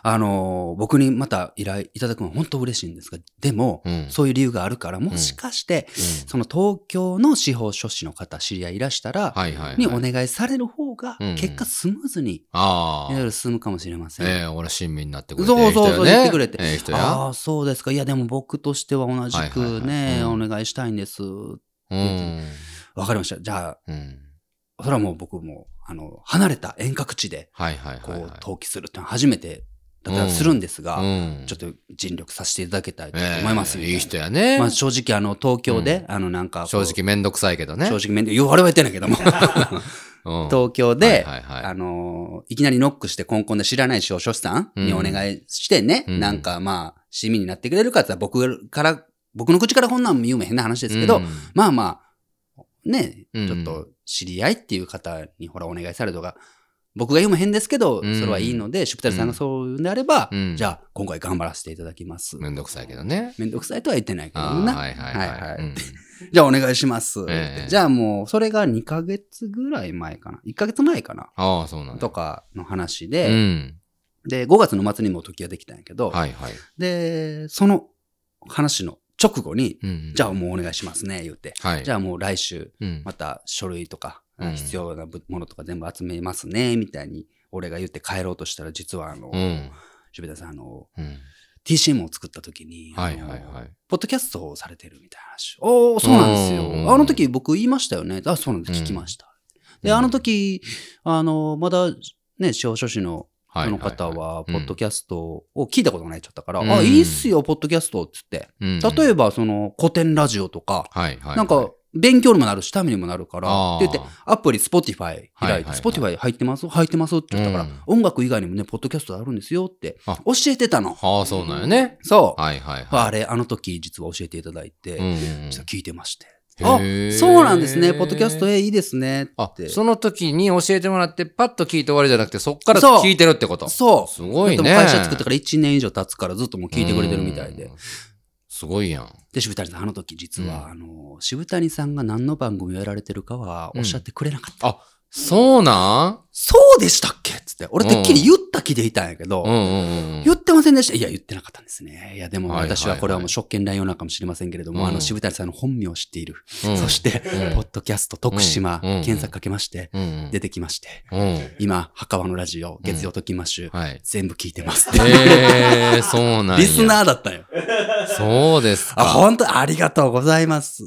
Speaker 1: あのー僕にまた依頼いただくのは本当嬉しいんですが、でも、
Speaker 2: うん。
Speaker 1: そういう理由があるから、もしかして、
Speaker 2: うん
Speaker 1: その東京の司法書士の方、知り合いいらしたら、
Speaker 2: はいはいはい。
Speaker 1: にお願いされる方が
Speaker 2: うん、
Speaker 1: 結果スムーズに、
Speaker 2: あ
Speaker 1: いろい
Speaker 2: あ。
Speaker 1: ろ進むかもしれません。
Speaker 2: ええ、俺親身になってくれて。
Speaker 1: そうそうそう、
Speaker 2: ええ人やね
Speaker 1: 言ってくれて。
Speaker 2: ええ人
Speaker 1: あ
Speaker 2: や。
Speaker 1: あ、そうですか。いや、でも僕としては同じく
Speaker 2: はいはい
Speaker 1: ね、
Speaker 2: はい
Speaker 1: お
Speaker 2: うん
Speaker 1: 願いしたいんです。
Speaker 2: うん。
Speaker 1: わかりました。じゃ
Speaker 2: うん。
Speaker 1: あ、それはもう僕も、あの、離れた遠隔地で、
Speaker 2: はいはい
Speaker 1: こ
Speaker 2: はいは
Speaker 1: う
Speaker 2: い。、
Speaker 1: 登記するってのは初めてだった
Speaker 2: うん
Speaker 1: らするんですが、
Speaker 2: うん
Speaker 1: ちょっと尽力させていただきたいと
Speaker 2: ええ
Speaker 1: 思います。みた
Speaker 2: いい
Speaker 1: な
Speaker 2: 人やね
Speaker 1: ま。あ正直、あの、東京で、あの、なんかこう、
Speaker 2: 正直めんどくさいけどね。
Speaker 1: 正直面で、いや我々は言ってないけども、
Speaker 2: うん
Speaker 1: 東京
Speaker 2: はい
Speaker 1: で、
Speaker 2: はいはい
Speaker 1: あのーいきなりノックしてコンコンで知らない司法書士さんにお願いしてね、
Speaker 2: うん
Speaker 1: なんかまあ、市民になってくれるかって言ったら僕から、僕の口からこんなん言うめへんな話ですけど、
Speaker 2: うん
Speaker 1: まあまあ、ね、
Speaker 2: うん
Speaker 1: ちょっと知り合いっていう方にほらお願いされるとか、僕が言うも変ですけど、
Speaker 2: うん
Speaker 1: それはいいので、シュプテルさんがそう言うんであれば、
Speaker 2: うん
Speaker 1: じゃあ今回頑張らせていただきます。
Speaker 2: めんどくさいけどね。
Speaker 1: めんどくさいとは言ってないけど
Speaker 2: あ
Speaker 1: も
Speaker 2: あ
Speaker 1: な。
Speaker 2: はいはいはい。
Speaker 1: はいはい
Speaker 2: うん
Speaker 1: じゃあお願いします。
Speaker 2: ええ
Speaker 1: じゃあもう、それが2ヶ月ぐらい前かな。1ヶ月前かな。
Speaker 2: ああ、そうなんだ
Speaker 1: とかの話
Speaker 2: う
Speaker 1: で、
Speaker 2: ん。
Speaker 1: で、5月の末にも時ができたんやけど、
Speaker 2: はいはい。
Speaker 1: で、その話の直後に、
Speaker 2: うん
Speaker 1: じゃあもうお願いしますね、言って。
Speaker 2: はい。
Speaker 1: じゃあもう来週、
Speaker 2: うん
Speaker 1: また書類とか、
Speaker 2: うん
Speaker 1: 必要なものとか全部集めますね、みたいに、俺が言って帰ろうとしたら、実はあの、
Speaker 2: うん。
Speaker 1: シュベタさん、あの、
Speaker 2: うん。
Speaker 1: TCM を作った時に、
Speaker 2: はいはい
Speaker 1: あの
Speaker 2: はい。
Speaker 1: ポッドキャストをされてるみたいな話。おー、そうなんです
Speaker 2: う
Speaker 1: よ
Speaker 2: ん。
Speaker 1: あの時僕言いましたよね。あ、そうなんです。聞きました。で、
Speaker 2: うん
Speaker 1: あの時、あの、まだ、ね、司法書士の
Speaker 2: はい
Speaker 1: その
Speaker 2: いい
Speaker 1: 方は、
Speaker 2: う
Speaker 1: ポ
Speaker 2: ん
Speaker 1: ッドキャストを聞いたことがないっちゃったから、
Speaker 2: うん
Speaker 1: あ、いいっすよ、ポッドキャストっつって。
Speaker 2: うん
Speaker 1: 例えば、その、古典ラジオとか、
Speaker 2: はいはいはい。
Speaker 1: なんか、勉強にもなるし、ためにもなるから、
Speaker 2: あ
Speaker 1: っ
Speaker 2: ー
Speaker 1: て言って、アプリ、スポティファイ
Speaker 2: はいは
Speaker 1: 開
Speaker 2: い
Speaker 1: いて、
Speaker 2: はい
Speaker 1: スポティファイ入ってます入ってますって言ったから、音楽以外にもね、ポッドキャストあるんですよって、
Speaker 2: あ
Speaker 1: 教えてたの。
Speaker 2: ああ、そうなんよね。
Speaker 1: そう。
Speaker 2: はいはいはい。
Speaker 1: あれ、あの時、実は教えていただいて、
Speaker 2: うんうんうん
Speaker 1: 実は聞いてまして。あ
Speaker 2: へー
Speaker 1: そうなんですね。ポッドキャスト、え、いいですね。
Speaker 2: あ
Speaker 1: っ、て。
Speaker 2: その時に教えてもらって、パッと聞いて終わりじゃなくて、そっから
Speaker 1: そう
Speaker 2: 聞いてるってこと。す
Speaker 1: そう。
Speaker 2: ごい
Speaker 1: でも
Speaker 2: ね。
Speaker 1: 会社作ってから1年以上経つからずっともう聞いてくれてるみたいで
Speaker 2: う。ん。すごいやん。
Speaker 1: で、渋谷さん、あの時実は、
Speaker 2: うん
Speaker 1: あの、渋谷さんが何の番組をやられてるかはおっしゃってくれなかった。
Speaker 2: あ、そうなん
Speaker 1: そうでしたっけつって。俺てっきり言った気でいたんやけど、
Speaker 2: うんうんうんうん。
Speaker 1: 言ってませんでした。いや、言ってなかったんですね。いや、でも
Speaker 2: はいはいはい
Speaker 1: 私はこれはもう職権乱用なのかもしれませんけれども、
Speaker 2: うん
Speaker 1: あの、渋谷さんの本名を知っている。
Speaker 2: うん
Speaker 1: そして、
Speaker 2: うん
Speaker 1: ポッドキャスト徳島、
Speaker 2: うんうん
Speaker 1: 検索かけまして、
Speaker 2: うんうん
Speaker 1: 出てきまして、
Speaker 2: うん。
Speaker 1: 今、墓場のラジオ、月曜ときましゅ、
Speaker 2: はい。
Speaker 1: 全部聞いてますって。
Speaker 2: えー、そうなんや。
Speaker 1: リスナーだったよ。
Speaker 2: そうです
Speaker 1: あ、
Speaker 2: か。
Speaker 1: 本当ありがとうございます。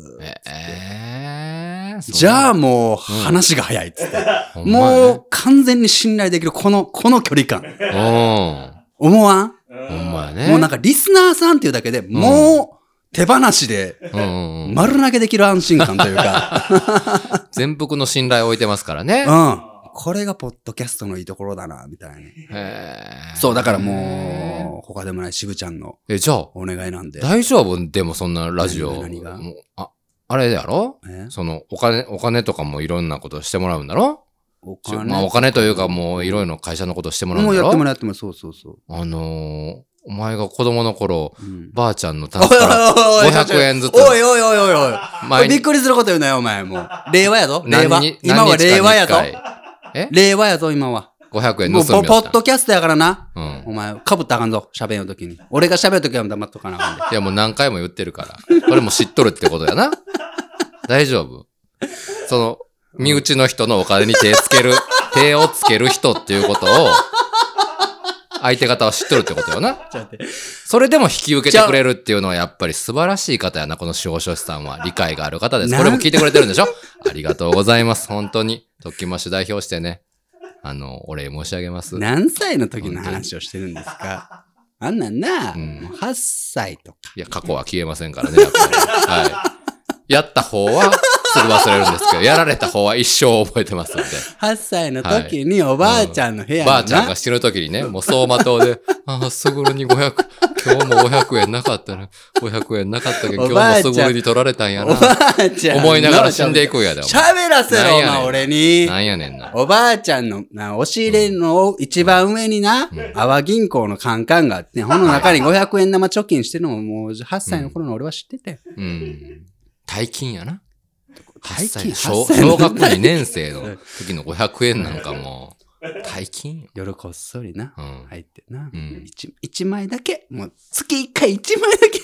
Speaker 2: えー、
Speaker 1: じゃあ
Speaker 2: も
Speaker 1: もう
Speaker 2: うん
Speaker 1: 話が早いっつって。
Speaker 2: う
Speaker 1: もう完全に信頼できるこの、この距離感。
Speaker 2: うん。ほ
Speaker 1: 思わん
Speaker 2: んまやね。
Speaker 1: もうなんかリスナーさんっていうだけでもう手放しで
Speaker 2: うんうんうん
Speaker 1: 丸投げできる安心感という か。
Speaker 2: 全幅の信頼を置いてますからね
Speaker 1: う。ん。これがポッドキャストのいいところだな、みたいな。
Speaker 2: へー
Speaker 1: そう、だからもう、他でもない渋ちゃんの
Speaker 2: え、じゃあ、
Speaker 1: お願いなんで。
Speaker 2: 大丈夫でもそんなラジオ。
Speaker 1: 何が何が
Speaker 2: もうあ、あれやろ
Speaker 1: え
Speaker 2: その、お金、お金とかもいろんなことしてもらうんだろ
Speaker 1: お
Speaker 2: しまあ、お金というかもういろいろ会社のことしてもらうん
Speaker 1: もう
Speaker 2: だろ
Speaker 1: やってもらってもらうそうそうそう。
Speaker 2: あのー、お前が子供の頃、
Speaker 1: うん
Speaker 2: ばあちゃんのタンスから
Speaker 1: おいおいおい
Speaker 2: 500円ずつ
Speaker 1: おいおいおいおいおい。おい
Speaker 2: 毎
Speaker 1: びっ
Speaker 2: 日
Speaker 1: くりすること言うなよ、お前。もう。令和やぞ。令和
Speaker 2: 何日。
Speaker 1: 今は令和やぞ。
Speaker 2: 何日かに一回
Speaker 1: 令和やぞ、今は。
Speaker 2: え ?500 円盗み
Speaker 1: も
Speaker 2: よ
Speaker 1: う
Speaker 2: った
Speaker 1: ポポッドキャストやからな。
Speaker 2: うん
Speaker 1: お前、かぶったらあかんぞ、喋るときに。俺が喋るときは黙っとかなあか んで。
Speaker 2: いや、もう何回も言ってるから。これも知っとるってことやな。大丈夫。その、身内の人のお金に手つける、手をつける人っていうことを、相手方は知っとるってことよな。
Speaker 1: ちょっと待って
Speaker 2: それでも引き受けてくれるっていうのはやっぱり素晴らしい方やな、この司法書士さんは。理解がある方です。
Speaker 1: なん
Speaker 2: これも聞いてくれてるんでしょありがとうございます。本当に。特訓マッシュ代表してね。あの、お礼申し上げます。
Speaker 1: 何歳の時の話をしてるんですか。あんなんな、
Speaker 2: うん
Speaker 1: もう8歳とか。
Speaker 2: いや、過去は消えませんからね、やっぱり。はい。やった方はすぐ忘れるんですけど、やられた方は一生覚えてますんで。
Speaker 1: 8歳の時におばあちゃんの部屋にな
Speaker 2: ばあちゃんが死ぬ時にね、もう走馬灯で、ああ、すぐるに500、今日も500円なかったな。500円なかったけど、
Speaker 1: おば
Speaker 2: 今
Speaker 1: あちゃ
Speaker 2: 日も
Speaker 1: ん
Speaker 2: すぐるに取られたんや
Speaker 1: おば
Speaker 2: な。
Speaker 1: あちゃんの。
Speaker 2: 思いながら死んでいくんやで、お前
Speaker 1: 喋らせろ、お
Speaker 2: なんやね
Speaker 1: 前
Speaker 2: ん
Speaker 1: 俺に。
Speaker 2: なんやねんな。
Speaker 1: おばあちゃんのな、押し入れの一番上にな、阿波銀行のカンカンがあって、ほの中に500円玉貯金してるのももう8歳の頃の俺は知ってて。
Speaker 2: うん。大金やな。 8
Speaker 1: 大
Speaker 2: 歳
Speaker 1: 金
Speaker 2: 小
Speaker 1: 8歳の
Speaker 2: 小学校2年生の時の500円なんかもう、大金
Speaker 1: 夜こっそりな
Speaker 2: う、ん。
Speaker 1: 入ってな
Speaker 2: う。ん。
Speaker 1: 一、一枚だけ、もう月一回一枚だけ。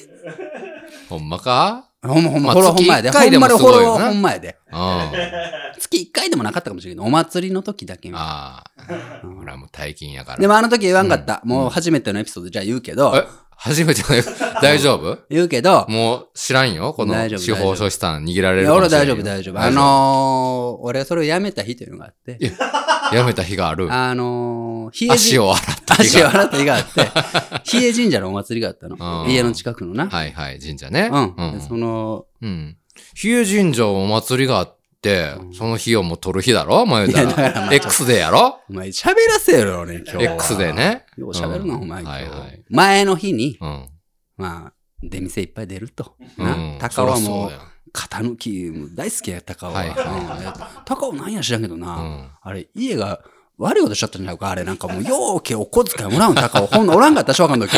Speaker 2: ほんまか
Speaker 1: ほんまほん
Speaker 2: ま
Speaker 1: ま、
Speaker 2: あ
Speaker 1: ほらほんまやで。ほ
Speaker 2: 月一回
Speaker 1: ん
Speaker 2: でも
Speaker 1: ますに
Speaker 2: ごい
Speaker 1: ほ
Speaker 2: よな
Speaker 1: らほんまやで。
Speaker 2: うん。あ
Speaker 1: 月一回でもなかったかもしれんけど、お祭りの時だけみたいな
Speaker 2: あ。ほら、もう大金やか
Speaker 1: で
Speaker 2: ら。
Speaker 1: もあの時言わんかった。もう初めてのエピソードじゃあ言うけど、
Speaker 2: え、初めての 大丈夫
Speaker 1: 言うけど、
Speaker 2: もう知らんよこ
Speaker 1: 大
Speaker 2: の
Speaker 1: 丈夫
Speaker 2: 司法書士さん逃げられ
Speaker 1: い
Speaker 2: る
Speaker 1: や
Speaker 2: かも
Speaker 1: 俺
Speaker 2: しれん
Speaker 1: 大
Speaker 2: よ
Speaker 1: 丈夫大丈夫。あのー、俺がそれをやめた日というのがあって
Speaker 2: い、やめた日がある。
Speaker 1: あのー、比
Speaker 2: 足
Speaker 1: 叡
Speaker 2: を洗った
Speaker 1: 神
Speaker 2: 日
Speaker 1: 足を
Speaker 2: が。
Speaker 1: 洗った日があ って、比叡神社のお祭りがあった
Speaker 2: う
Speaker 1: の。
Speaker 2: ん
Speaker 1: 家の近くのな。
Speaker 2: はいはい、神社ね。
Speaker 1: うん。
Speaker 2: う
Speaker 1: でその、
Speaker 2: うん。比叡神社お祭りがあって、
Speaker 1: うん
Speaker 2: その費用も取る日だろ前言う
Speaker 1: い
Speaker 2: た
Speaker 1: やだからま
Speaker 2: ら。
Speaker 1: あ
Speaker 2: X でやろ
Speaker 1: お前喋らせろね、今日は。
Speaker 2: ?X で。ね。
Speaker 1: よう喋るな、
Speaker 2: うん
Speaker 1: お前今
Speaker 2: はい
Speaker 1: 日
Speaker 2: はい。
Speaker 1: 前の日に、
Speaker 2: うん。
Speaker 1: まあ、出店いっぱい出ると。
Speaker 2: うん
Speaker 1: な。高尾は
Speaker 2: そりゃそ
Speaker 1: も
Speaker 2: だ
Speaker 1: う、
Speaker 2: よ
Speaker 1: 肩抜き、もう大好きや、高尾
Speaker 2: はいは
Speaker 1: は。うん高尾なんや知らんけど
Speaker 2: う
Speaker 1: な。
Speaker 2: ん。
Speaker 1: あれ、家が悪いことしちゃったんちゃうかあれ、なんかもう、ようけお小遣いもらうん、高尾。ほんのおらんかった、小学校の時。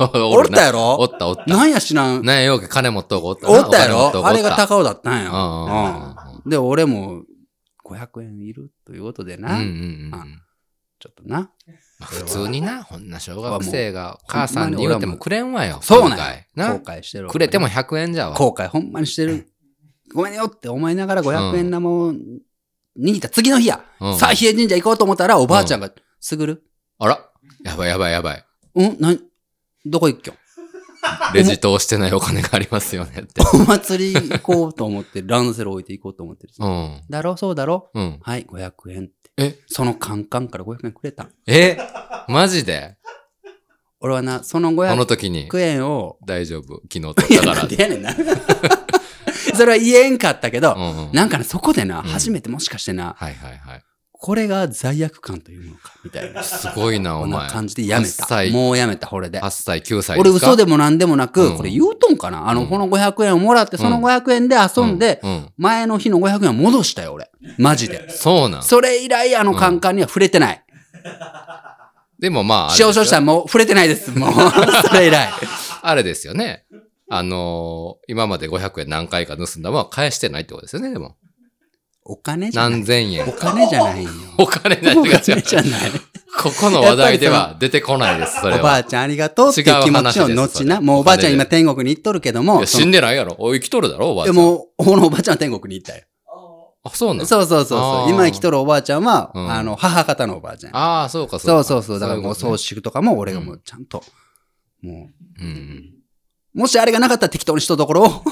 Speaker 1: お
Speaker 2: お
Speaker 1: ったや
Speaker 2: お
Speaker 1: ろ
Speaker 2: ったおった。
Speaker 1: なんや知らん。
Speaker 2: なんやようけ金持っとこおったな。
Speaker 1: おったや
Speaker 2: お金持っと
Speaker 1: ろ
Speaker 2: こ
Speaker 1: あれが
Speaker 2: おった
Speaker 1: 高尾だったん
Speaker 2: うんうん
Speaker 1: や。うんで、俺も、500円いるということでな
Speaker 2: うん。うんうんうん。
Speaker 1: ちょっとな。
Speaker 2: まあ普通にな、こんな小学生が母さんに言うてもくれんわよ。
Speaker 1: そうなん
Speaker 2: 今
Speaker 1: や
Speaker 2: 回。
Speaker 1: 後
Speaker 2: な。
Speaker 1: 悔してる。
Speaker 2: くれても100円じゃわ。
Speaker 1: 後悔ほんまにしてる。ごめんよって思いながら500円玉を握った次の日や。
Speaker 2: うん
Speaker 1: さあ、比叡神社行こうと思ったら、おばあちゃんが、すぐる、
Speaker 2: あら。やばいやばいや ばい。
Speaker 1: うんなんどこ行っきょ
Speaker 2: レジ通してないお金がありますよねっ て。
Speaker 1: お祭り行こうと思って、ランドセル置いて行こうと思ってる。
Speaker 2: うん。
Speaker 1: だろそうだろ
Speaker 2: うん。
Speaker 1: はい、500円って。
Speaker 2: え
Speaker 1: そのカンカンから500円くれた。
Speaker 2: えマジで
Speaker 1: 俺はな、その
Speaker 2: この
Speaker 1: 500
Speaker 2: 時に。
Speaker 1: 円を、
Speaker 2: 大丈夫。昨日取 っ
Speaker 1: い
Speaker 2: た
Speaker 1: や
Speaker 2: か
Speaker 1: な
Speaker 2: ら
Speaker 1: ん。でやねんな。それは言えんかったけど、
Speaker 2: うんうん。
Speaker 1: なんかね、そこでな、
Speaker 2: ん
Speaker 1: 初めてもしかしてな、
Speaker 2: はいはいはい。
Speaker 1: これが罪悪感というのか、みた いな。
Speaker 2: すごいな、
Speaker 1: こ
Speaker 2: お
Speaker 1: ん
Speaker 2: 前
Speaker 1: な。感じでやめ
Speaker 2: 8
Speaker 1: た。
Speaker 2: 歳
Speaker 1: もうやめた、これで
Speaker 2: 8。歳、9歳
Speaker 1: 俺嘘
Speaker 2: で
Speaker 1: でも何でもなく、
Speaker 2: うん
Speaker 1: これ言うとんかなあの、
Speaker 2: うん
Speaker 1: この500円をもらって、その
Speaker 2: うん
Speaker 1: 500円で遊んで、
Speaker 2: うん。うん
Speaker 1: 前の日の500円を戻したよ、俺。マジで。
Speaker 2: そうなん。
Speaker 1: それ以来、あのカンカンには触れてない。
Speaker 2: でもまああれです
Speaker 1: 視
Speaker 2: よ、
Speaker 1: 聴者さんもう触れてないです。もう、それ以来。
Speaker 2: あれですよね。あのー今まで500円何回か盗んだものは返してないってことですよね、でも。
Speaker 1: お金じゃない。
Speaker 2: 何千円
Speaker 1: お。金じゃないよ。
Speaker 2: お金だ
Speaker 1: お
Speaker 2: 違う違
Speaker 1: 金じゃ
Speaker 2: う。
Speaker 1: ない。
Speaker 2: ここの話題では出てこないです、それ
Speaker 1: おば
Speaker 2: は。
Speaker 1: あちゃんありがとうっていう気持ちを
Speaker 2: 違う話です
Speaker 1: 後
Speaker 2: それ
Speaker 1: な。もうおばあちゃん
Speaker 2: お金
Speaker 1: 今天国に行っとるけど
Speaker 2: い
Speaker 1: も、
Speaker 2: や、
Speaker 1: そ
Speaker 2: 死
Speaker 1: の
Speaker 2: んでないやろ。お、生きとるだろ、おばあ
Speaker 1: い
Speaker 2: ち
Speaker 1: や
Speaker 2: ゃん。
Speaker 1: もう、このおばあちゃんは天国に行ったよ。
Speaker 2: あ、そうなん
Speaker 1: そうそうそう
Speaker 2: あ
Speaker 1: そ
Speaker 2: ー
Speaker 1: う。今生きとるおばあちゃんは、
Speaker 2: うん
Speaker 1: あの、母方のおばあちゃん。
Speaker 2: ああ、そうか、
Speaker 1: そう
Speaker 2: か
Speaker 1: そうそう。だからもう葬
Speaker 2: し。
Speaker 1: 式とかも俺がもうちゃんと、も
Speaker 2: うんう ん。
Speaker 1: う、もしあれがなかったら適当にしととこ ろを。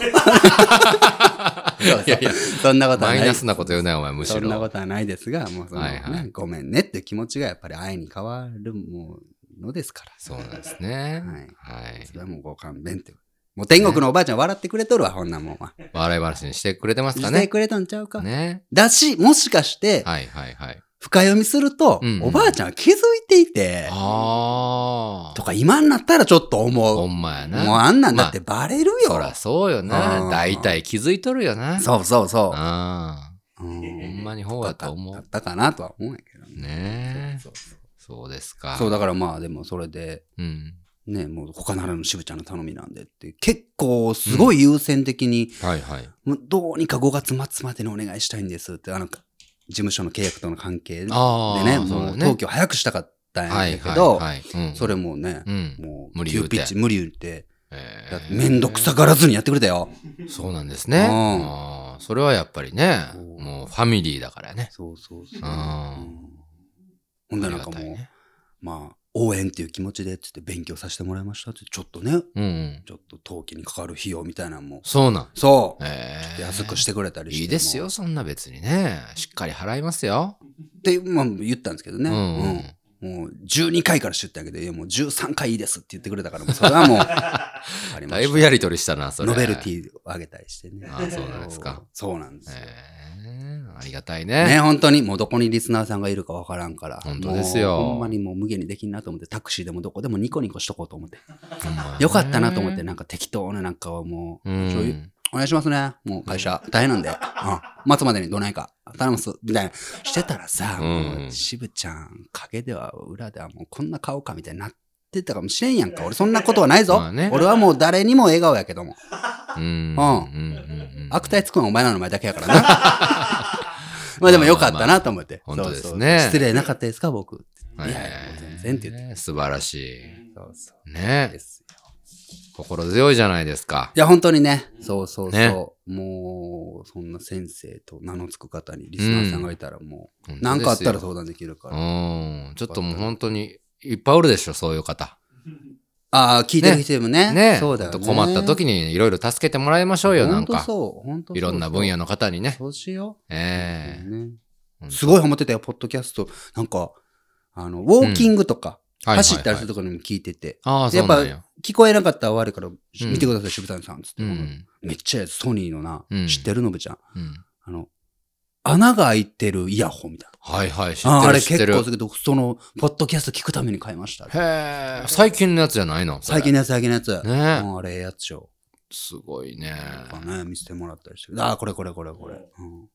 Speaker 1: そう
Speaker 2: いやいや、
Speaker 1: そんなことは
Speaker 2: マ
Speaker 1: ない。
Speaker 2: イナスなこと言うなよ、お前、むし
Speaker 1: そんなこ
Speaker 2: ろ。
Speaker 1: とはないですが、もうその、
Speaker 2: はいはい
Speaker 1: ねごめんねっていう気持ちがやっぱり愛に変わるものですから。
Speaker 2: そうなんですね。はい
Speaker 1: そ。れはもうご勘弁って。もう天国のおばあちゃん笑ってくれとるわ、こんなもんは。
Speaker 2: 笑い話にしてくれてますか
Speaker 1: して
Speaker 2: ね。
Speaker 1: くれたんちゃうか。
Speaker 2: ね。
Speaker 1: だし、もしかして、
Speaker 2: はいはいはい。
Speaker 1: 深読みすると、
Speaker 2: うんうん
Speaker 1: おばあちゃんは気づいていて、
Speaker 2: あ
Speaker 1: と
Speaker 2: あ。
Speaker 1: か今になったらちょっと思
Speaker 2: ほ
Speaker 1: う。
Speaker 2: んまやな。
Speaker 1: もうあんなんだってバレるよ。
Speaker 2: そらそうよ
Speaker 1: う
Speaker 2: な。
Speaker 1: ん
Speaker 2: 大体気づいとるよな。
Speaker 1: そうそうそ
Speaker 2: ああ。
Speaker 1: う。うん
Speaker 2: ほんまにほうやと思
Speaker 1: だ
Speaker 2: う
Speaker 1: っ。たかなとは思うんやけどね。
Speaker 2: ねえ。そうですか。
Speaker 1: そう、だからまあでもそれで、
Speaker 2: うん。
Speaker 1: ね、もう他ならぬ渋ちゃんの頼みなんでって、結構すごい優先的に、
Speaker 2: はいはい。
Speaker 1: もうどうにか5月末までにお願いしたいんですって、あの、事務所の契約との関係でね、
Speaker 2: ああ。そう
Speaker 1: もう
Speaker 2: だね
Speaker 1: 登記を早くしたかったん
Speaker 2: はい
Speaker 1: やけ
Speaker 2: はい
Speaker 1: ど、
Speaker 2: はい。うん
Speaker 1: それもね
Speaker 2: う、ん。
Speaker 1: もう
Speaker 2: 無理言
Speaker 1: 急
Speaker 2: うて
Speaker 1: ピッチ無理言って、
Speaker 2: え
Speaker 1: や
Speaker 2: ー
Speaker 1: めんどくさがらずにやってくれたよ。
Speaker 2: そうなんですね。
Speaker 1: うん
Speaker 2: あーそれはやっぱりね、
Speaker 1: そう
Speaker 2: もうファミリーだからね。
Speaker 1: そうそうそう。
Speaker 2: あー
Speaker 1: うんほんでなんかも、
Speaker 2: ありがたいうね
Speaker 1: まあ、応援っていう気持ちでっつって勉強させてもらいましたって、ちょっとね、
Speaker 2: うんうん。
Speaker 1: ちょっと登記にかかる費用みたいなのも、
Speaker 2: そうなん。
Speaker 1: そう、
Speaker 2: えー
Speaker 1: 安くしてくれたりして。
Speaker 2: いいですよ、
Speaker 1: も
Speaker 2: そんな別にね。しっかり払いますよ。
Speaker 1: うって、まあ、言ったんですけど
Speaker 2: う
Speaker 1: ね。
Speaker 2: んうん。
Speaker 1: うんもう12回から出店あげて、いやもう13回いいですって言ってくれたから、もうそれはもう、ありま
Speaker 2: だい
Speaker 1: し
Speaker 2: ぶやりとりしたな、
Speaker 1: た
Speaker 2: それ。
Speaker 1: ノベルティをあげたりしてね。
Speaker 2: あーそうなんですか。
Speaker 1: そうなんですよ。
Speaker 2: えーありがたい
Speaker 1: ね、
Speaker 2: ね。
Speaker 1: 本当に、もうどこにリスナーさんがいるかわからんから。
Speaker 2: 本当です
Speaker 1: も
Speaker 2: よ
Speaker 1: うほんまにもう無限にできんなと思って、タクシーでもどこでもニコニコしとこうと思って。
Speaker 2: ほんま
Speaker 1: よかったなと思って、。なんか適当ななんかはもう、
Speaker 2: う。
Speaker 1: そういうんお願いしますね。もう会社、大変なんで。うん。待つまでにどないか。頼ます。みたいな。してたらさ、
Speaker 2: うん
Speaker 1: もう渋ちゃん、陰では裏ではもうこんな顔かみたいになってたかもしれんやんか。俺そんなことはないぞ。
Speaker 2: まあね
Speaker 1: 俺はもう誰にも笑顔やけども。
Speaker 2: うん。うん
Speaker 1: 悪態つくのはお前らの前だけや からな。まあでもよかったなと思って。
Speaker 2: まあまあまあ本当ですね
Speaker 1: そうそう失礼なかったですか、僕。
Speaker 2: うんはいい
Speaker 1: や
Speaker 2: はいい
Speaker 1: や
Speaker 2: は
Speaker 1: 全然
Speaker 2: い
Speaker 1: って言って。
Speaker 2: ね素晴らし
Speaker 1: そうそう。
Speaker 2: い。ね
Speaker 1: ですよ
Speaker 2: 心強いじゃないですか。
Speaker 1: いや、本当にね。そうそうそう。
Speaker 2: ね
Speaker 1: もう、そんな先生と名の付く方にリスナーさんがいたらもう、何
Speaker 2: 本
Speaker 1: かあ
Speaker 2: 当
Speaker 1: っ
Speaker 2: です
Speaker 1: た
Speaker 2: よ
Speaker 1: ら相談できるから。
Speaker 2: うん。ちょっともう本当に、いっぱいおるでしょ、そういう方。
Speaker 1: ああ、聞いてる人でもね。
Speaker 2: ね
Speaker 1: そうだよ、
Speaker 2: ほ
Speaker 1: ね。
Speaker 2: んと困った時にいろいろ助けてもらいましょうよ、なん
Speaker 1: 本当
Speaker 2: か。
Speaker 1: そう。本当そう
Speaker 2: いろんな分野の方にね。
Speaker 1: そうしよう。
Speaker 2: え
Speaker 1: ね
Speaker 2: え
Speaker 1: すごいハマってたよ、ポッドキャスト。なんか、あの、ウォーキングとか、
Speaker 2: はいはいはい
Speaker 1: 走ったりするとこにも聞いてて、
Speaker 2: ああ、
Speaker 1: で
Speaker 2: そ
Speaker 1: や
Speaker 2: う
Speaker 1: っぱ
Speaker 2: なんや。
Speaker 1: 聞こえなかったら悪いから、見てください、渋谷さん、つって。
Speaker 2: うん。
Speaker 1: めっちゃソニーのな、
Speaker 2: うん
Speaker 1: 知ってるのぶちゃん。
Speaker 2: うん
Speaker 1: あの、穴が開いてるイヤホンみたいな。
Speaker 2: はいはい、知
Speaker 1: あ
Speaker 2: っ
Speaker 1: ーあ
Speaker 2: て
Speaker 1: れ
Speaker 2: る、知って
Speaker 1: 結
Speaker 2: る。
Speaker 1: 構すけど、その、ポッドキャスト聞くために買いました。
Speaker 2: へえ、最近のやつじゃないの
Speaker 1: 最近のやつ、最近のやつ。うん
Speaker 2: ね
Speaker 1: あれ、やつよ。
Speaker 2: すごいね。
Speaker 1: やっぱね、見せてもらったりして。ああ、これこれこれこれ。うん。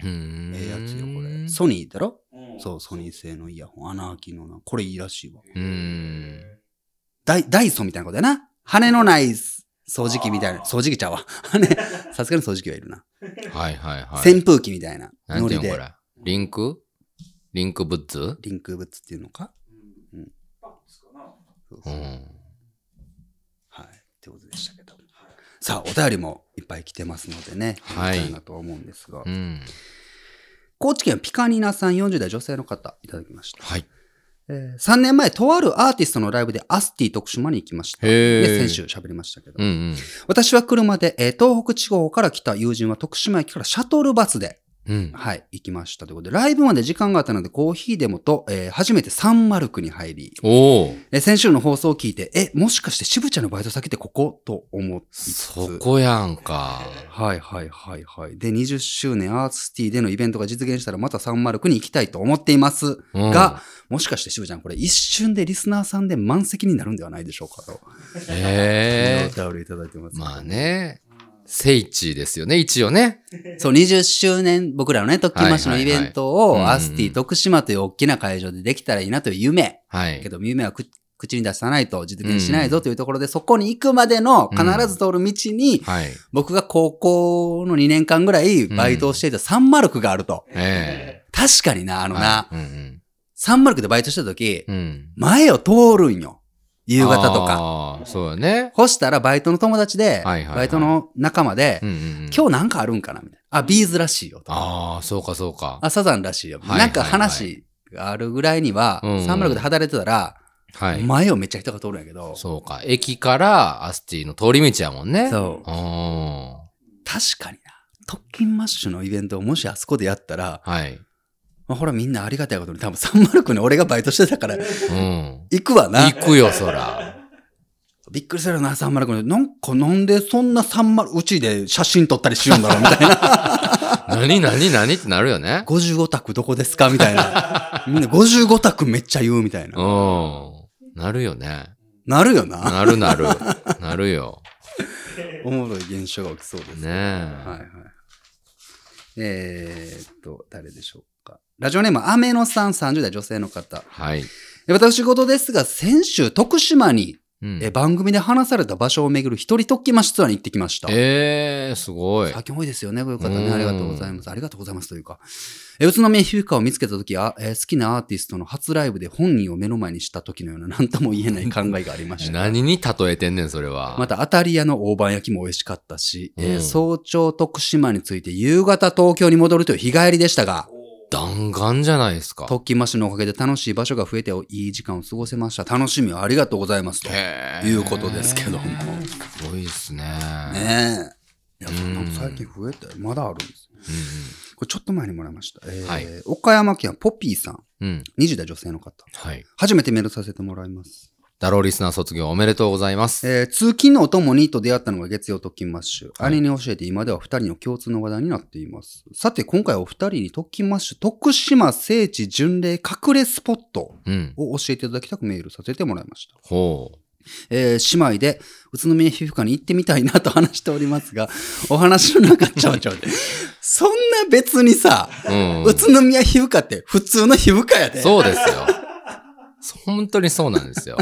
Speaker 2: うん
Speaker 1: ええやつよ、これ。ソニーだろ
Speaker 3: うん
Speaker 1: そう、ソニー製のイヤホン。穴開きのな。これいいらしいわ。
Speaker 2: うん。
Speaker 1: ダイダイソンみたいなことやな。羽のない掃除機みたいな。
Speaker 3: あー
Speaker 1: 掃除機ちゃうわ。羽、さすがに掃除機はいるな。
Speaker 2: はいはいはい。
Speaker 1: 扇風機みたいな
Speaker 2: な
Speaker 1: ノ
Speaker 2: んてい
Speaker 1: リ
Speaker 2: うのこ
Speaker 1: で。
Speaker 2: れ。リンクリンクブッズ
Speaker 1: リンクブッツっていうのか
Speaker 3: うん
Speaker 1: うん
Speaker 3: パックスかな
Speaker 1: そう
Speaker 2: う
Speaker 1: そう、はい。っ
Speaker 2: ん。
Speaker 1: てことでしたけど。さあ、お便りもいっぱい来てますのでね。
Speaker 2: はい
Speaker 1: 行きたいなと思うんですが。
Speaker 2: うん。
Speaker 1: 高知県ピカニナさん40代女性の方いただきました。
Speaker 2: はい。
Speaker 1: えー3年前、とあるアーティストのライブでアスティ徳島に行きました。
Speaker 2: へ
Speaker 1: で先
Speaker 2: え。
Speaker 1: 週。喋りましたけど。
Speaker 2: うんうん。
Speaker 1: 私は車で、えー東北地方から来た友人は徳島駅からシャトルバスで
Speaker 2: うん。
Speaker 1: はい、行きましたということで、ライブまで時間があったので、コーヒーでもと、えー初めてサンマルクに入り、
Speaker 2: おお。
Speaker 1: えー先週の放送を聞いて、え、もしかして渋ちゃんのバイト先ってここと思いつつ
Speaker 2: そこやんか。
Speaker 1: はいはいはいはい。で、20周年アースティでのイベントが実現したら、またサンマルクに行きたいと思っています。
Speaker 2: うん
Speaker 1: が、もしかして渋ちゃん、これ一瞬でリスナーさんで満席になるんではないでしょうかと。
Speaker 2: へえ。
Speaker 1: お便りいただいてます。
Speaker 2: まあ。ね。聖地ですよね、一応ね。
Speaker 1: そう、20周年、僕らのね、特訓マッシュのイベントを、
Speaker 2: はいはいはい
Speaker 1: アスティ徳島という大きな会場でできたらいいなという夢。
Speaker 2: はい
Speaker 1: け。ど夢は口口に出さないと実現しないぞというところで、そこに行くまでの必ず通る道に、
Speaker 2: はい。
Speaker 1: 僕が高校の2年間ぐらいバイトをしていたサンマルクがあると。
Speaker 2: え
Speaker 1: 確かにな、あ
Speaker 2: え。
Speaker 1: のな、
Speaker 2: はいうん
Speaker 1: サンマルクでバイトしてた時、
Speaker 2: うん。うん。
Speaker 1: 前を通るんよ。夕方とか。
Speaker 2: か。そうよね。
Speaker 1: 干したらバイトの友達で、
Speaker 2: はいはいはい
Speaker 1: バイトの仲間で、
Speaker 2: うんうんうん。
Speaker 1: 今日なんかあるんかなみたいな。あ、ビーズらしいよとか。
Speaker 2: ああ、そうかそうか。
Speaker 1: あ、サザンらしいよ。
Speaker 2: はいはい
Speaker 1: なんか話があるぐらいには、
Speaker 2: うんうん
Speaker 1: サンマルクで働いてたら、
Speaker 2: はい。
Speaker 1: 前をめっちゃ人が通るんやけど、
Speaker 2: そうか。駅からアスティの通り道やもんね。う。
Speaker 1: そう。
Speaker 2: あ
Speaker 1: 確かにな。特勤マッシュのイベントをもしあそこでやったら、
Speaker 2: あ。はい。
Speaker 1: まあ、ほらみんなありがたいことに多分サンマルクに俺がバイトしてた から
Speaker 2: うん。
Speaker 1: 行くわな。
Speaker 2: 行くよ、そら。
Speaker 1: びっくりするよな、サンマルクに。なんかなんでそんなサンマルク、うちで写真撮ったりしようんだろうみたいな。
Speaker 2: 何、何、何ってなるよね。
Speaker 1: 55択どこですかみたいな。みんな55択めっちゃ言うみたいうな。
Speaker 2: ん。なるよね。
Speaker 1: なるよな。
Speaker 2: なる なる。なるよ。
Speaker 1: おもろい現象が起きそうです。
Speaker 2: ね
Speaker 1: はいはい。
Speaker 2: え。
Speaker 1: えー、っと、誰でしょうか。ラジオネーム、アメノさん、30代女性の方。
Speaker 2: はい。
Speaker 1: 私事ですが、先週、徳島に
Speaker 2: うん
Speaker 1: え番組で話された場所を巡る一人特訓マッシュツアーに行ってきました。
Speaker 2: ええ、すごい。
Speaker 1: 最近多いですよね。よかったね。
Speaker 2: うん
Speaker 1: ありがとうございます。ありがとうございますというか。え宇都宮皮膚科を見つけたときは、えー好きなアーティストの初ライブで本人を目の前にした時のような 何とも言えない考えがありました。
Speaker 2: 何に例えてんねん、それは。
Speaker 1: また、アタリアの大判焼きも美味しかったし、えー
Speaker 2: うん
Speaker 1: 早朝徳島に着いて夕方東京に戻るという日帰りでしたが、
Speaker 2: 弾丸じゃないですか。
Speaker 1: 特訓マッシュのおかげで楽しい場所が増えていい時間を過ごせました。楽しみをありがとうございますと。
Speaker 2: へえ
Speaker 1: いうことですけども
Speaker 2: すごいですね。
Speaker 1: ねえ。いや、
Speaker 2: うん
Speaker 1: なんか最近増えて、まだあるんです。これちょっと前にもらいました。えー
Speaker 2: はい
Speaker 1: 岡山県ポピーさん、
Speaker 2: うん。うん。
Speaker 1: 20代女性の方。
Speaker 2: はい。
Speaker 1: 初めてメールさせてもらいます。
Speaker 2: ダローリスナー卒業おめでとうございます。
Speaker 1: えー通勤のお供にと出会ったのが月曜特勤マッシュ。
Speaker 2: はい
Speaker 1: 兄に教えて今では2人の共通の話題になっています。さて、今回お二人に特勤マッシュ、徳島聖地巡礼隠れスポット
Speaker 2: うん。
Speaker 1: を教えていただきたくメールさせてもらいました。
Speaker 2: ほう。
Speaker 1: えー姉妹で宇都宮皮膚科に行ってみたいなと話しております が、お話の中、ちょちょ、そんな別にさ、
Speaker 2: うん
Speaker 1: 宇都宮皮膚科って普通の皮膚科やで。
Speaker 2: そうですよ。本当にそうなんですよ。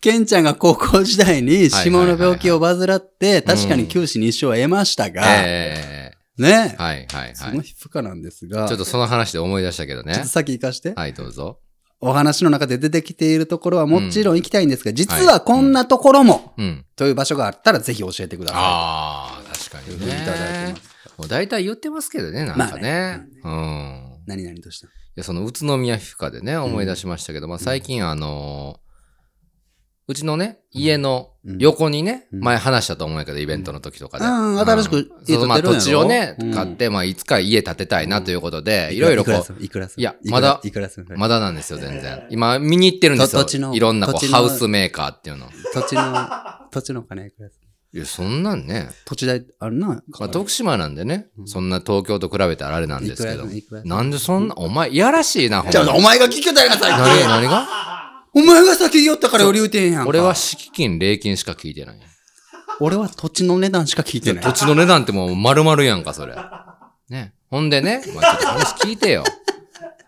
Speaker 1: ケンちゃんが高校時代に下の病気を患って、
Speaker 2: はいはい
Speaker 1: 確かに九死に一生を得ましたが、
Speaker 2: え
Speaker 1: ね
Speaker 2: え、はいはい
Speaker 1: そ
Speaker 2: はい。
Speaker 1: の皮膚科なんですが、
Speaker 2: ちょっとその話で思い出したけど
Speaker 1: ちょ
Speaker 2: ね
Speaker 1: っと。先行かして、
Speaker 2: はい、どうぞ。
Speaker 1: お話の中で出てきているところはもちろん行きたいんですが、実
Speaker 2: は
Speaker 1: はいこんなところも、
Speaker 2: うん。
Speaker 1: という場所があったらぜひ教えてくださ
Speaker 2: ああ、確か
Speaker 1: い。という
Speaker 2: に
Speaker 1: ふうにい
Speaker 2: ね
Speaker 1: た。だいてます。
Speaker 2: もう大体言ってますけどね、なんかね。うん。
Speaker 1: 何々とした。
Speaker 2: いや、その宇都宮皮膚科でね、思い出しましたけど、まあ最近あのーうちのね、家の横にね、
Speaker 1: うん
Speaker 2: 前話したと思うんやけど、イベントの時とかで。
Speaker 1: うんうん新しく家建てるんやろ
Speaker 2: そうまあ土地をね
Speaker 1: うん、
Speaker 2: 買って、まあいつか家建てたいなということで、いろいろこう、
Speaker 1: う。いくらする
Speaker 2: いや
Speaker 1: くら
Speaker 2: まだ
Speaker 1: いくらする
Speaker 2: まだなんですよ、全然。今、見に行ってるんですよ。
Speaker 1: と土地の
Speaker 2: いろんなこ
Speaker 1: 土
Speaker 2: う、
Speaker 1: 地の
Speaker 2: ハウスメーカーっていうの。
Speaker 1: 土地の、土地のお金いくらする
Speaker 2: いや、そんなんね。
Speaker 1: 土地代、あるな。
Speaker 2: まあ、徳島なんでね、そんな東京と比べたらあれなんですけ
Speaker 1: い
Speaker 2: ど
Speaker 1: くらいくら。
Speaker 2: なんでそんな、お前、いやらしいな、ほん
Speaker 1: じゃ
Speaker 2: まに
Speaker 1: あ、お前が聞けたやん、さっ
Speaker 2: 何何が
Speaker 1: き。お前が先言おったから俺言うてんやんか。
Speaker 2: 俺は、敷金、礼金しか聞いてない。
Speaker 1: 俺は土地の値段しか聞いてない
Speaker 2: 土。地の値段ってもう丸々やんか、それ。ね。ほんでね、まあ、ちょっと話聞いてよ。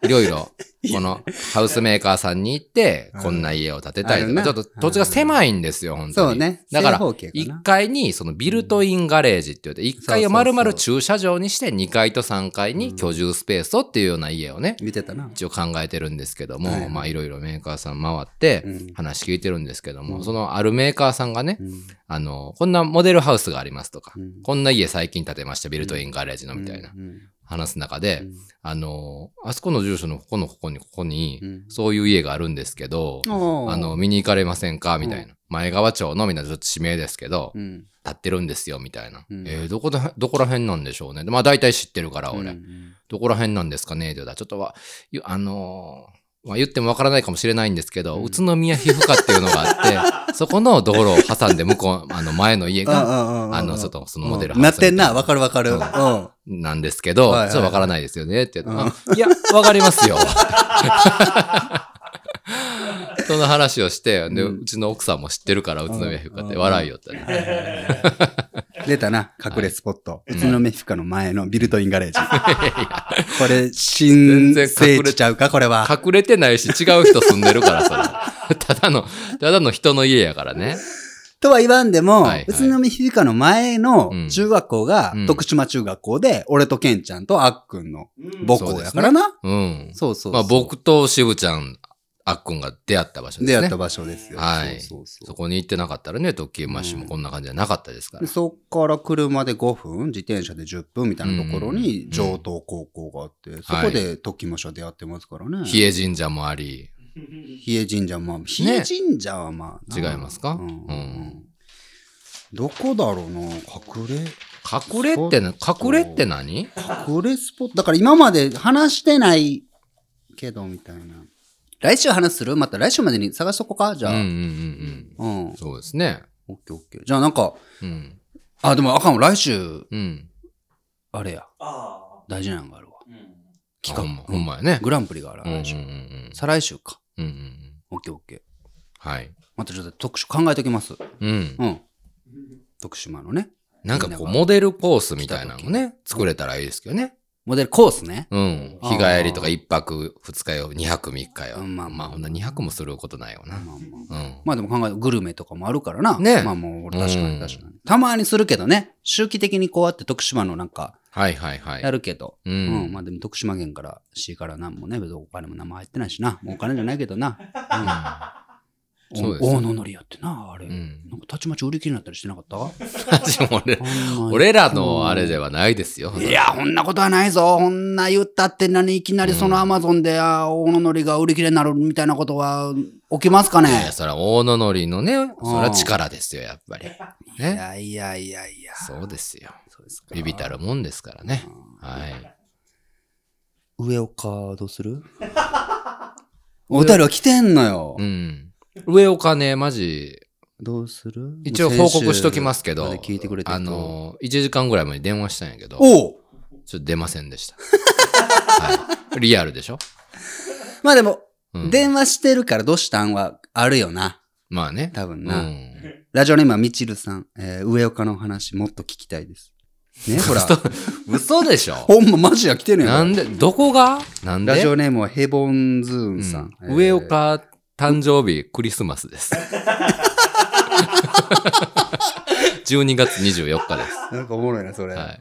Speaker 2: いろいろ、このハウスメーカーさんに行って、こんな家を建てたい
Speaker 1: ある
Speaker 2: と
Speaker 1: な
Speaker 2: か、ちょっと土地が狭いんですよ、本当に。
Speaker 1: そうね
Speaker 2: だから、
Speaker 1: 正方形かな
Speaker 2: 1階にそのビルトインガレージって言って、1階を丸々駐車場にして、2階と3階に居住スペースをっていうような家をね、
Speaker 1: 見てたな。
Speaker 2: 一応考えてるんですけども、
Speaker 1: はい
Speaker 2: まあいろいろメーカーさん回って
Speaker 1: うん
Speaker 2: 話聞いてるんですけども、
Speaker 1: うん
Speaker 2: そのあるメーカーさんがね、
Speaker 1: うん
Speaker 2: あの、こんなモデルハウスがありますとか、
Speaker 1: うん
Speaker 2: こんな家最近建てました、ビルトインガレージのみたいな
Speaker 1: うん
Speaker 2: 話す中で、
Speaker 1: うん
Speaker 2: あの、あそこの住所のここのここにここに、
Speaker 1: うん
Speaker 2: そういう家があるんですけど、
Speaker 1: おー
Speaker 2: あの、見に行かれませんかみたいな。前川町のみんなちょっと地名ですけど、
Speaker 1: うん
Speaker 2: 建ってるんですよ、みたいな。
Speaker 1: うん
Speaker 2: えーどこだ、どこら辺なんでしょうね。でまあ大体知ってるから、俺。
Speaker 1: うん
Speaker 2: どこら辺なんですかねって言うたらちょっとは、ゆあのーまあ、言ってもわからないかもしれないんですけど、
Speaker 1: うん
Speaker 2: 宇都宮皮膚科っていうのが あって、そこの道路を挟んで向こう、あの前の家が、
Speaker 1: あ
Speaker 2: あの、ちょっとそのモデル
Speaker 1: なってんな、わ
Speaker 2: わ
Speaker 1: かるわかる。う。
Speaker 2: うんん
Speaker 1: あ
Speaker 2: なんですけ
Speaker 1: は
Speaker 2: ど、
Speaker 1: いはいはい
Speaker 2: ちょっとわからないですよねって言うと
Speaker 1: うん
Speaker 2: あいや、わかりますよ。 その話をして、で、
Speaker 1: うん
Speaker 2: うちの奥さんも知ってるから、宇都宮皮膚科って
Speaker 1: うん
Speaker 2: 笑い よったね。
Speaker 1: 出たな、隠れスポット。宇都宮皮膚科の前のビルトインガレージ。これ、新
Speaker 2: 全然
Speaker 1: 聖
Speaker 2: 隠れ
Speaker 1: 地ちゃうかこれは。
Speaker 2: 隠れてないし、違う人住んでるから、そ れ。ただの、ただの人の家やからね。
Speaker 1: とは言わんでも
Speaker 2: はいはい、
Speaker 1: 宇都宮皮膚科の前の
Speaker 2: うん
Speaker 1: 中学校が
Speaker 2: うん
Speaker 1: 徳島中学校で、俺とケンちゃんとあっくんの
Speaker 3: うん
Speaker 1: 母校やからな。
Speaker 2: うん。
Speaker 1: そうそうそう。
Speaker 2: まあ、僕と渋ちゃん、あっくんが出会った場所ですね。
Speaker 1: 出会った場所ですよ。
Speaker 2: はい
Speaker 1: そうそうそ
Speaker 2: そうこに行ってなかったらね、特急マッシュもこんな感じじゃなかったですから。
Speaker 1: でそこから車で5分、自転車で10分みたいなところ
Speaker 2: う
Speaker 1: に
Speaker 2: ん
Speaker 1: 上東高校があって、そこで時もしは出会ってますからね。
Speaker 2: 比叡神社もあり、
Speaker 1: 比叡神社まあ、比叡神社はまあ、
Speaker 2: 違いますか
Speaker 1: うんうんう
Speaker 2: うんん
Speaker 1: どこだろうな隠れ、
Speaker 2: 隠れってな、隠れって何
Speaker 1: 隠れスポット。だから今まで話してないけど、みたいな。来週話するまた来週までに探しとこうかじ
Speaker 2: う
Speaker 1: ゃ
Speaker 2: ん
Speaker 1: あ。
Speaker 2: うん
Speaker 1: う
Speaker 2: うん
Speaker 1: ん。オッケ
Speaker 2: うん。そうですね。
Speaker 1: ーオッケー。じゃあなんか、
Speaker 2: うん。
Speaker 1: あ、でもあかんわ。来週、
Speaker 2: うん。
Speaker 1: あれや。
Speaker 3: ああ
Speaker 1: 大事なのがあるわ。
Speaker 3: うん
Speaker 1: 企画。
Speaker 2: あほんまほんまやね。
Speaker 1: グランプリがある。
Speaker 2: うんうんう
Speaker 1: 来
Speaker 2: ん
Speaker 1: 週。
Speaker 2: うん。
Speaker 1: 再来週か。
Speaker 2: うんうんうん。
Speaker 1: オッケーオッケー。
Speaker 2: はい。
Speaker 1: またちょっと特集考えときます。
Speaker 2: うん。
Speaker 1: うん。徳島のね。
Speaker 2: なんかこう、モデルコースみたいなのもね、作れたらいいですけどね。
Speaker 1: モデルコースね。
Speaker 2: うん。
Speaker 1: あー
Speaker 2: 日帰りとか1泊2日よ、2泊3日
Speaker 1: う
Speaker 2: よ。
Speaker 1: んまあ
Speaker 2: ま
Speaker 1: まあ
Speaker 2: あ、ほんな2泊もすることないよ
Speaker 1: まあ
Speaker 2: な。
Speaker 1: まあ
Speaker 2: うん。
Speaker 1: まあでも考えグルメとかもあるからな。
Speaker 2: ね
Speaker 1: まあもう俺確かに
Speaker 2: うん
Speaker 1: 確かに、たまにするけどね。周期的にこうやって徳島のなんか
Speaker 2: はいはいはい。
Speaker 1: やるけど。
Speaker 2: う
Speaker 1: うん、
Speaker 2: ん。
Speaker 1: まあでも徳島県から市からなんもね、別にお金も何も入ってないしな。もうお金じゃないけど な。
Speaker 2: うんそうですね
Speaker 1: お大野のりやってな、あれ。
Speaker 2: うん
Speaker 1: なんかたちまち売り切れになったりしてなかった
Speaker 2: でも俺、 俺らのあれではないですよ。
Speaker 1: いや、こんなことはないぞ。こんな言ったって何、いきなりそのアマゾンで、あー大野のりが売り切れになるみたいなことは起きますかね
Speaker 2: いや、そら大野のりのね、そら力ですよ、やっぱり。
Speaker 1: い
Speaker 2: ね。
Speaker 1: やいやいやいや。
Speaker 2: そうですよ。
Speaker 1: そうですか
Speaker 2: ビビたるもんですからね。はい。
Speaker 1: 上岡どうす るお便りは来てんのよ。
Speaker 2: うん。上岡ね、マジ、
Speaker 1: どうする
Speaker 2: 一応報告しときますけ
Speaker 1: 先週
Speaker 2: ど
Speaker 1: ま、で聞いてくれてる
Speaker 2: あの、1時間ぐらい前に電話したんやけど、ちょっ
Speaker 1: おう
Speaker 2: と出ませんでした。はい。リアルでしょ
Speaker 1: まあでも、
Speaker 2: うん
Speaker 1: 電話してるからどうしたんはあるよな。
Speaker 2: まあね。
Speaker 1: 多分
Speaker 2: う
Speaker 1: な。
Speaker 2: ん。
Speaker 1: ラジオネームはみちるさん。えー上岡の話もっと聞きたいです。ね、ほら。
Speaker 2: 嘘で しょ
Speaker 1: ほんまマジや来てるよ。
Speaker 2: なんで、どこがなん
Speaker 1: ラジ
Speaker 2: で
Speaker 1: オネームはヘボンズーンさん。
Speaker 2: うん上
Speaker 1: えー。
Speaker 2: 岡誕生日、クリスマスです。12月24日です。
Speaker 1: なんかおもろいな、それ。
Speaker 2: はい。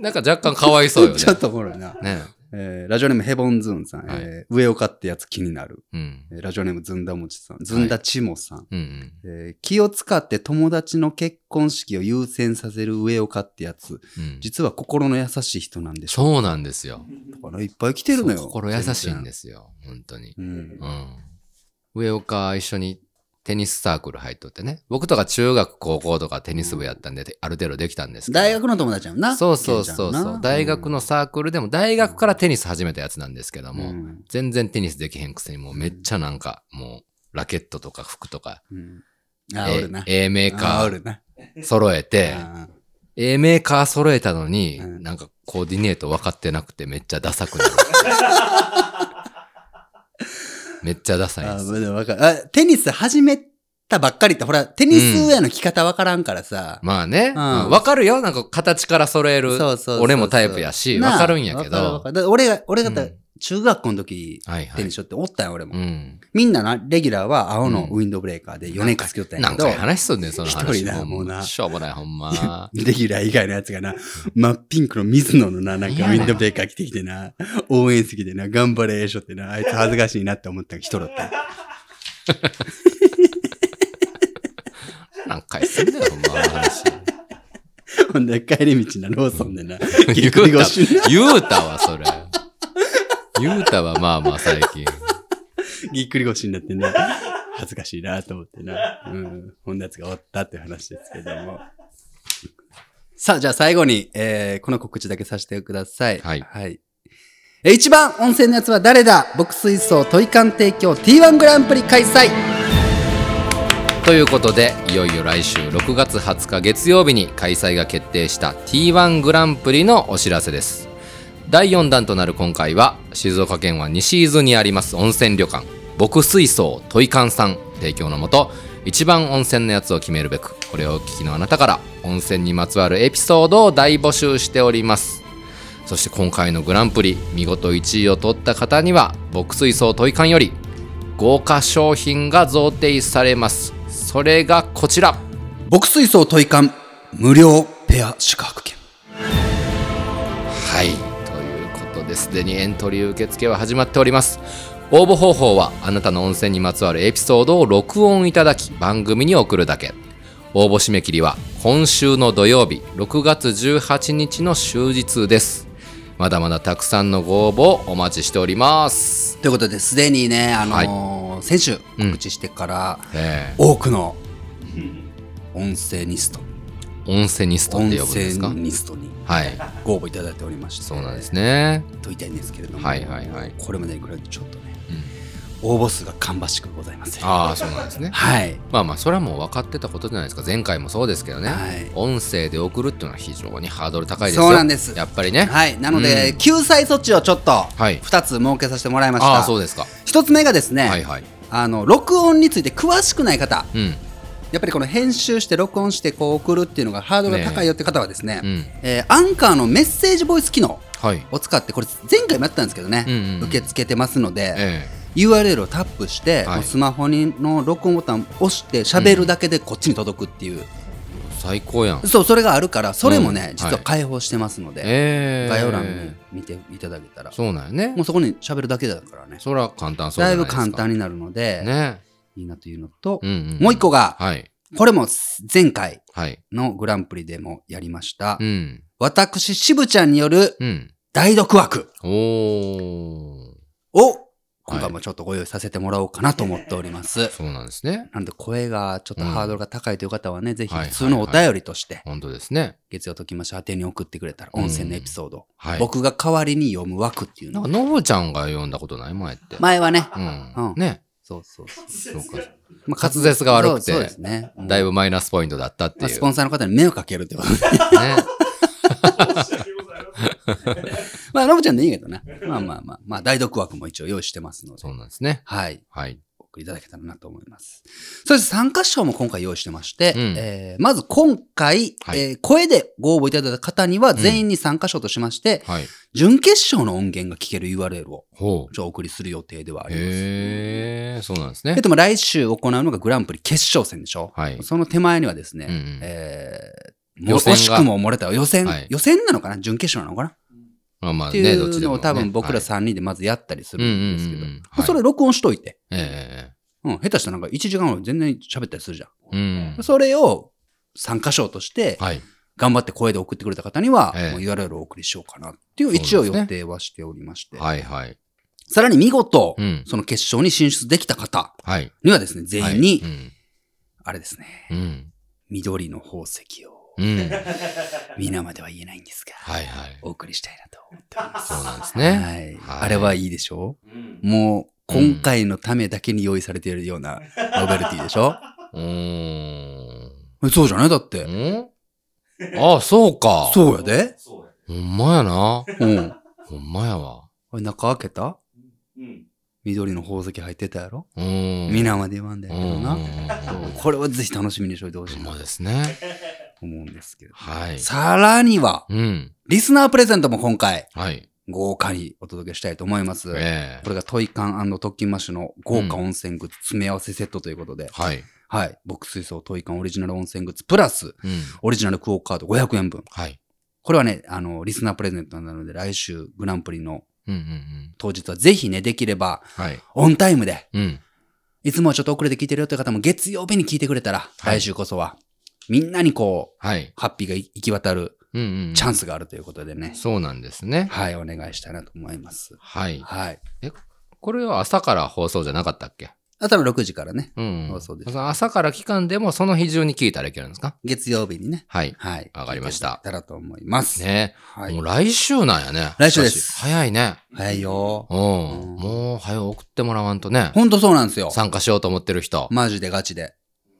Speaker 2: なんか若干かわいそうよね。
Speaker 1: ちょっとおもろいな。
Speaker 2: ね。
Speaker 1: えーラジオネームヘボンズーンさん。
Speaker 2: はい
Speaker 1: えー上岡ってやつ気になる。
Speaker 2: うん。
Speaker 1: えーラジオネームずんだもちさん。ずんだちもさん。
Speaker 2: うんうん。
Speaker 1: えー気を使って友達の結婚式を優先させる上岡ってやつ。
Speaker 2: うん、
Speaker 1: 実は心の優しい人なんでしょ
Speaker 2: そうなんですよ。
Speaker 1: うからいっぱい来てるのよ。。
Speaker 2: 心優しいんですすよ。本当に。
Speaker 1: うん。
Speaker 2: うん。上岡一緒にテニスサークル入っとってね。僕とか中学、高校とかテニス部やったんで、ある程度できたんですけど。
Speaker 1: 大学の友達やんな。
Speaker 2: そうそ
Speaker 1: ケン
Speaker 2: うそう
Speaker 1: ちゃん
Speaker 2: そ
Speaker 1: な
Speaker 2: う。大学のサークルでも、大学からテニス始めたやつなんですけども、
Speaker 1: うん
Speaker 2: 全然テニスできへんくせに、もうめっちゃなんか、もう、ラケットとか服とか、
Speaker 1: うん。あ、お
Speaker 2: え
Speaker 1: るな。
Speaker 2: ええメー
Speaker 1: あ
Speaker 2: カ
Speaker 1: お
Speaker 2: ー
Speaker 1: るな。
Speaker 2: 揃えて、
Speaker 1: あ
Speaker 2: ええメーカー揃えたのに、
Speaker 1: うん
Speaker 2: なんかコーディネート分かってなくてめっちゃダサく なる。めっちゃダサいん
Speaker 1: あ、
Speaker 2: です。
Speaker 1: まだわかる。あ、テニス始めたばっかりって、ほら、テニスウェアの着方わからんからさ。
Speaker 2: まあね、
Speaker 1: ん
Speaker 2: まあわかるよ。なんか形から揃え
Speaker 1: そ
Speaker 2: る。
Speaker 1: うそうそう
Speaker 2: 俺もタイプやし、
Speaker 1: なあ
Speaker 2: わかるんやけ
Speaker 1: わかるわ
Speaker 2: ど
Speaker 1: か。るだから俺が、俺がだっ
Speaker 2: う
Speaker 1: た
Speaker 2: ん
Speaker 1: 中学校の時、
Speaker 2: はいは
Speaker 1: テニ
Speaker 2: い。
Speaker 1: スしょっておったよ、俺
Speaker 2: う
Speaker 1: も。
Speaker 2: ん。
Speaker 1: みんなな、レギュラーは青のウィンドブレーカーで4年間付き合ったんや
Speaker 2: な
Speaker 1: け
Speaker 2: ん
Speaker 1: ど
Speaker 2: か、話すんねん、その話。
Speaker 1: 一人なもうな。
Speaker 2: しょうもない、ほんま
Speaker 1: レギュラー以外のやつがな、真っピンクの水野の な、なんかウィンドブレーカー着てきてな、応援席でな、頑張れ、しょってな、あいつ恥ずかしいなって思った人だったよ。
Speaker 2: 何回すんねん、ほんま。話
Speaker 1: ほんで、帰り道な、ローソンでな、
Speaker 2: 言
Speaker 1: ぎ
Speaker 2: う
Speaker 1: っくり
Speaker 2: た
Speaker 1: 腰な、、
Speaker 2: 言うたわ、それ。言うたわ、まあまあ、最近。
Speaker 1: ぎっくり腰になってな、恥ずかしいなと思ってな、うん、ほんなやつがおったっていう話ですけども。さあ、じゃあ最後に、えー、この告知だけさせてください。
Speaker 2: はい
Speaker 1: はい。えー一番温泉のやつは誰だ牧水槽トイカン提供 T1 グランプリ開催
Speaker 2: ということでいよいよ来週6月20日月曜日に開催が決定した T1 グランプリのお知らせです第4弾となる今回は静岡県は西伊豆にあります温泉旅館牧水槽トイカンさん提供のもと一番温泉のやつを決めるべくこれをお聞きのあなたから温泉にまつわるエピソードを大募集しておりますそして今回のグランプリ見事1位を取った方には牧水槽トイカンより豪華商品が贈呈されますそれがこちら
Speaker 1: 牧水槽トイカン無料ペア宿泊券。
Speaker 2: はいということですでにエントリー受付は始まっております応募方法はあなたの温泉にまつわるエピソードを録音いただき番組に送るだけ応募締め切りは今週の土曜日6月18日の終日ですまだまだたくさんのご応募をお待ちしております
Speaker 1: ということで、すでにね、あのー先週告知してから、
Speaker 2: ええ
Speaker 1: 多くの音声ニスト、
Speaker 2: 温泉ニストっ
Speaker 1: 音
Speaker 2: て呼ぶんですか
Speaker 1: 声ニストに
Speaker 2: はい
Speaker 1: ご応募いただいておりまして、
Speaker 2: そうなんですね
Speaker 1: と言いたいんですけれども、
Speaker 2: はいはいはい
Speaker 1: これまでに比べてちょっとね、応募数が芳しくございません。
Speaker 2: ああそうなんですね
Speaker 1: はい。
Speaker 2: まあまあそれはもう分かってたことじゃないですか前回もそうですけどね、
Speaker 1: はい
Speaker 2: 音声で送るっていうのは非常にハードル高いですよ
Speaker 1: そうなんです
Speaker 2: やっぱりね
Speaker 1: はい。なので、
Speaker 2: うん
Speaker 1: 救済措置をちょっと、
Speaker 2: はい
Speaker 1: 2つ設けさせてもらいました。
Speaker 2: ああそうですか、
Speaker 1: 一つ目がですね、
Speaker 2: はいはい
Speaker 1: あの、録音について詳しくない方、
Speaker 2: うん
Speaker 1: やっぱりこの編集して録音してこう送るっていうのがハードルが高いよって方はですね、
Speaker 2: うん
Speaker 1: えーアンカーのメッセージボイス機能
Speaker 2: はい
Speaker 1: を使って、これ前回もやったんですけどね、
Speaker 2: うんうんうん
Speaker 1: 受け付けてますので、
Speaker 2: え
Speaker 1: URL をタップして、
Speaker 2: はい
Speaker 1: もうスマホにの録音ボタンを押して喋るだけでこっちに届くっていう、
Speaker 2: え最高やん
Speaker 1: そうそれがあるからそれもね、
Speaker 2: うん
Speaker 1: 実は開放してますので、
Speaker 2: ええ
Speaker 1: 概要欄に見ていただけたら、
Speaker 2: そうなんよね
Speaker 1: もうそこに喋るだけだからね
Speaker 2: そら簡単そう
Speaker 1: だ
Speaker 2: じゃないいで
Speaker 1: ぶ
Speaker 2: すか
Speaker 1: 簡単になるので、
Speaker 2: ね
Speaker 1: いいなというのと、
Speaker 2: うんうん、
Speaker 1: もう一個が、
Speaker 2: はい
Speaker 1: これも前回
Speaker 2: はい
Speaker 1: のグランプリでもやりました、
Speaker 2: うん
Speaker 1: 私渋ちゃんによる
Speaker 2: うん
Speaker 1: 代読枠
Speaker 2: おー
Speaker 1: を今回もちょっとご用意させてもらおうかなと思っております、
Speaker 2: そうなんですね
Speaker 1: なんで声がちょっとハードルが高いという方はね、ぜひ
Speaker 2: はい
Speaker 1: 普通のお便りとして、
Speaker 2: 本当ですね
Speaker 1: 月曜ときましょう宛てに送ってくれたら、温泉のエピソード、
Speaker 2: はい
Speaker 1: 僕が代わりに読む枠っていう
Speaker 2: な
Speaker 1: の
Speaker 2: ん
Speaker 1: が
Speaker 2: かノブちゃんが読んだことない前って、
Speaker 1: 前はね、
Speaker 2: うん
Speaker 1: うん
Speaker 2: ね
Speaker 1: そうそうそう。
Speaker 2: そうか
Speaker 1: ま
Speaker 2: 滑舌が悪くて
Speaker 1: そうそうですね。うん
Speaker 2: だいぶマイナスポイントだったって
Speaker 1: まあ
Speaker 2: い
Speaker 1: ス
Speaker 2: う、
Speaker 1: ポンサーの方に迷惑かけるってこと で。
Speaker 2: ね
Speaker 1: まあ、ノブちゃんでいいけどね。まあまあまあ、まあ、代読枠も一応用意してますので
Speaker 2: そ。うなんですね
Speaker 1: はい。
Speaker 2: はい。
Speaker 1: 送りいただけたらなと思います。そして参加賞も今回用意してまして、
Speaker 2: うん
Speaker 1: えーまず今回、
Speaker 2: はい
Speaker 1: えー声でご応募いただいた方には全員に参加賞としまして、
Speaker 2: はい。
Speaker 1: 準決勝の音源が聞ける URL を
Speaker 2: ほ
Speaker 1: ちょお送りする予定ではあ
Speaker 2: う。
Speaker 1: ります。
Speaker 2: へえ、そうなんです
Speaker 1: えっ
Speaker 2: ね。
Speaker 1: と、来週行うのがグランプリ決勝戦でしょ、
Speaker 2: はい。
Speaker 1: その手前にはですね、
Speaker 2: うんうん
Speaker 1: えー、
Speaker 2: 予
Speaker 1: も
Speaker 2: 選
Speaker 1: 惜
Speaker 2: が
Speaker 1: しくも漏れた予選、
Speaker 2: はい
Speaker 1: 予選なのかな準決勝なのかな
Speaker 2: まあまあ
Speaker 1: って
Speaker 2: ね、どっ
Speaker 1: い
Speaker 2: ち
Speaker 1: う
Speaker 2: で
Speaker 1: の
Speaker 2: も
Speaker 1: を
Speaker 2: ね。
Speaker 1: 多分僕ら
Speaker 2: はい
Speaker 1: 3人でまずやったりす
Speaker 2: うん
Speaker 1: る
Speaker 2: うんん
Speaker 1: ですけ
Speaker 2: う
Speaker 1: ど、
Speaker 2: ん。はい
Speaker 1: それ録音しといて、
Speaker 2: え
Speaker 1: うん、下手したらなんか1時間後に全然喋ったりするじゃ
Speaker 2: えうん
Speaker 1: ん。。それを参加賞として、
Speaker 2: はい。
Speaker 1: 頑張って声で送ってくれた方には、
Speaker 2: ええ
Speaker 1: もう URL をお送りしようかなっていう
Speaker 2: そうです
Speaker 1: 一
Speaker 2: ね
Speaker 1: 応予定はしておりまして、
Speaker 2: はいはい。
Speaker 1: さらに見事、
Speaker 2: うん。
Speaker 1: その決勝に進出できた方
Speaker 2: はい。
Speaker 1: にはですね、全員に、
Speaker 2: はい
Speaker 1: あれですね、
Speaker 2: うん。うん。
Speaker 1: 緑の宝石を、
Speaker 2: うん。
Speaker 1: 皆までは言えないんですが、
Speaker 2: はいはい。
Speaker 1: お送りしたいなと思っております。
Speaker 2: そうなんですね。
Speaker 1: はい。
Speaker 2: はい
Speaker 1: あれはいいでしょ
Speaker 3: うん
Speaker 1: もう、今回のためだけに用意されているようなノベルティでしょ
Speaker 2: うーん。
Speaker 1: えそうじゃないだって。
Speaker 2: んああ、そうか。
Speaker 1: そうやで。
Speaker 3: そうやね
Speaker 2: ほんまやな。
Speaker 1: うん。
Speaker 2: ほんまやわ。
Speaker 1: これ中開けた
Speaker 3: うん
Speaker 1: 緑の宝石入ってたやろ
Speaker 2: うーん。
Speaker 1: 皆まで言わんだ
Speaker 2: う
Speaker 1: や
Speaker 2: ん
Speaker 1: け
Speaker 2: うんう
Speaker 1: ど
Speaker 2: ん
Speaker 1: な。
Speaker 2: うん。
Speaker 1: これはぜひ楽しみにしておいてほし
Speaker 2: ほ
Speaker 1: い
Speaker 2: ん
Speaker 1: な
Speaker 2: ま
Speaker 1: と
Speaker 2: ですね。
Speaker 1: 思うんですけど。
Speaker 2: はい。
Speaker 1: さらには、
Speaker 2: うん。
Speaker 1: リスナープレゼントも今回、
Speaker 2: はい。
Speaker 1: 豪華にお届けしたいと思います。
Speaker 2: ええ
Speaker 1: これがトイカン特勤マッシュの豪華温泉グッズ詰め合わせセットということで、
Speaker 2: はい。
Speaker 1: はい。僕水槽トイカンオリジナル温泉グッズプラス、
Speaker 2: うん。
Speaker 1: オリジナルクオーカード500円分。
Speaker 2: はい。
Speaker 1: これはね、あの、リスナープレゼントなので、来週グランプリの
Speaker 2: うんうんうん。
Speaker 1: 当日はぜひね、できれば、
Speaker 2: はい。
Speaker 1: オンタイムで、
Speaker 2: うん。
Speaker 1: いつもはちょっと遅れて聞いてるよという方も月曜日に聞いてくれたら、
Speaker 2: はい
Speaker 1: 来週こそは、みんなにこう、
Speaker 2: はい。
Speaker 1: ハッピーが行き渡る
Speaker 2: うんうん。
Speaker 1: チャンスがあるということでね、
Speaker 2: そうなんですね。
Speaker 1: はい、お願いしたいなと思います。
Speaker 2: はい。
Speaker 1: はい。
Speaker 2: これは朝から放送じゃなかったっけ
Speaker 1: あとの6時からね、
Speaker 2: うん。
Speaker 1: 放送です
Speaker 2: その朝から期間でもその日中に聞いたらいけるんですか
Speaker 1: 月曜日にね、
Speaker 2: はい。
Speaker 1: はい。
Speaker 2: わかりました
Speaker 1: 聞いていだけたらと思います。
Speaker 2: ね
Speaker 1: はい
Speaker 2: もう。来週なんやね。
Speaker 1: 来週です
Speaker 2: しかし早いね。
Speaker 1: 早いよ。
Speaker 2: うん。
Speaker 1: うん
Speaker 2: もう早う送ってもらわんとね。
Speaker 1: ほんとそうなんですよ。
Speaker 2: 参加しようと思ってる人。
Speaker 1: マジでガチで。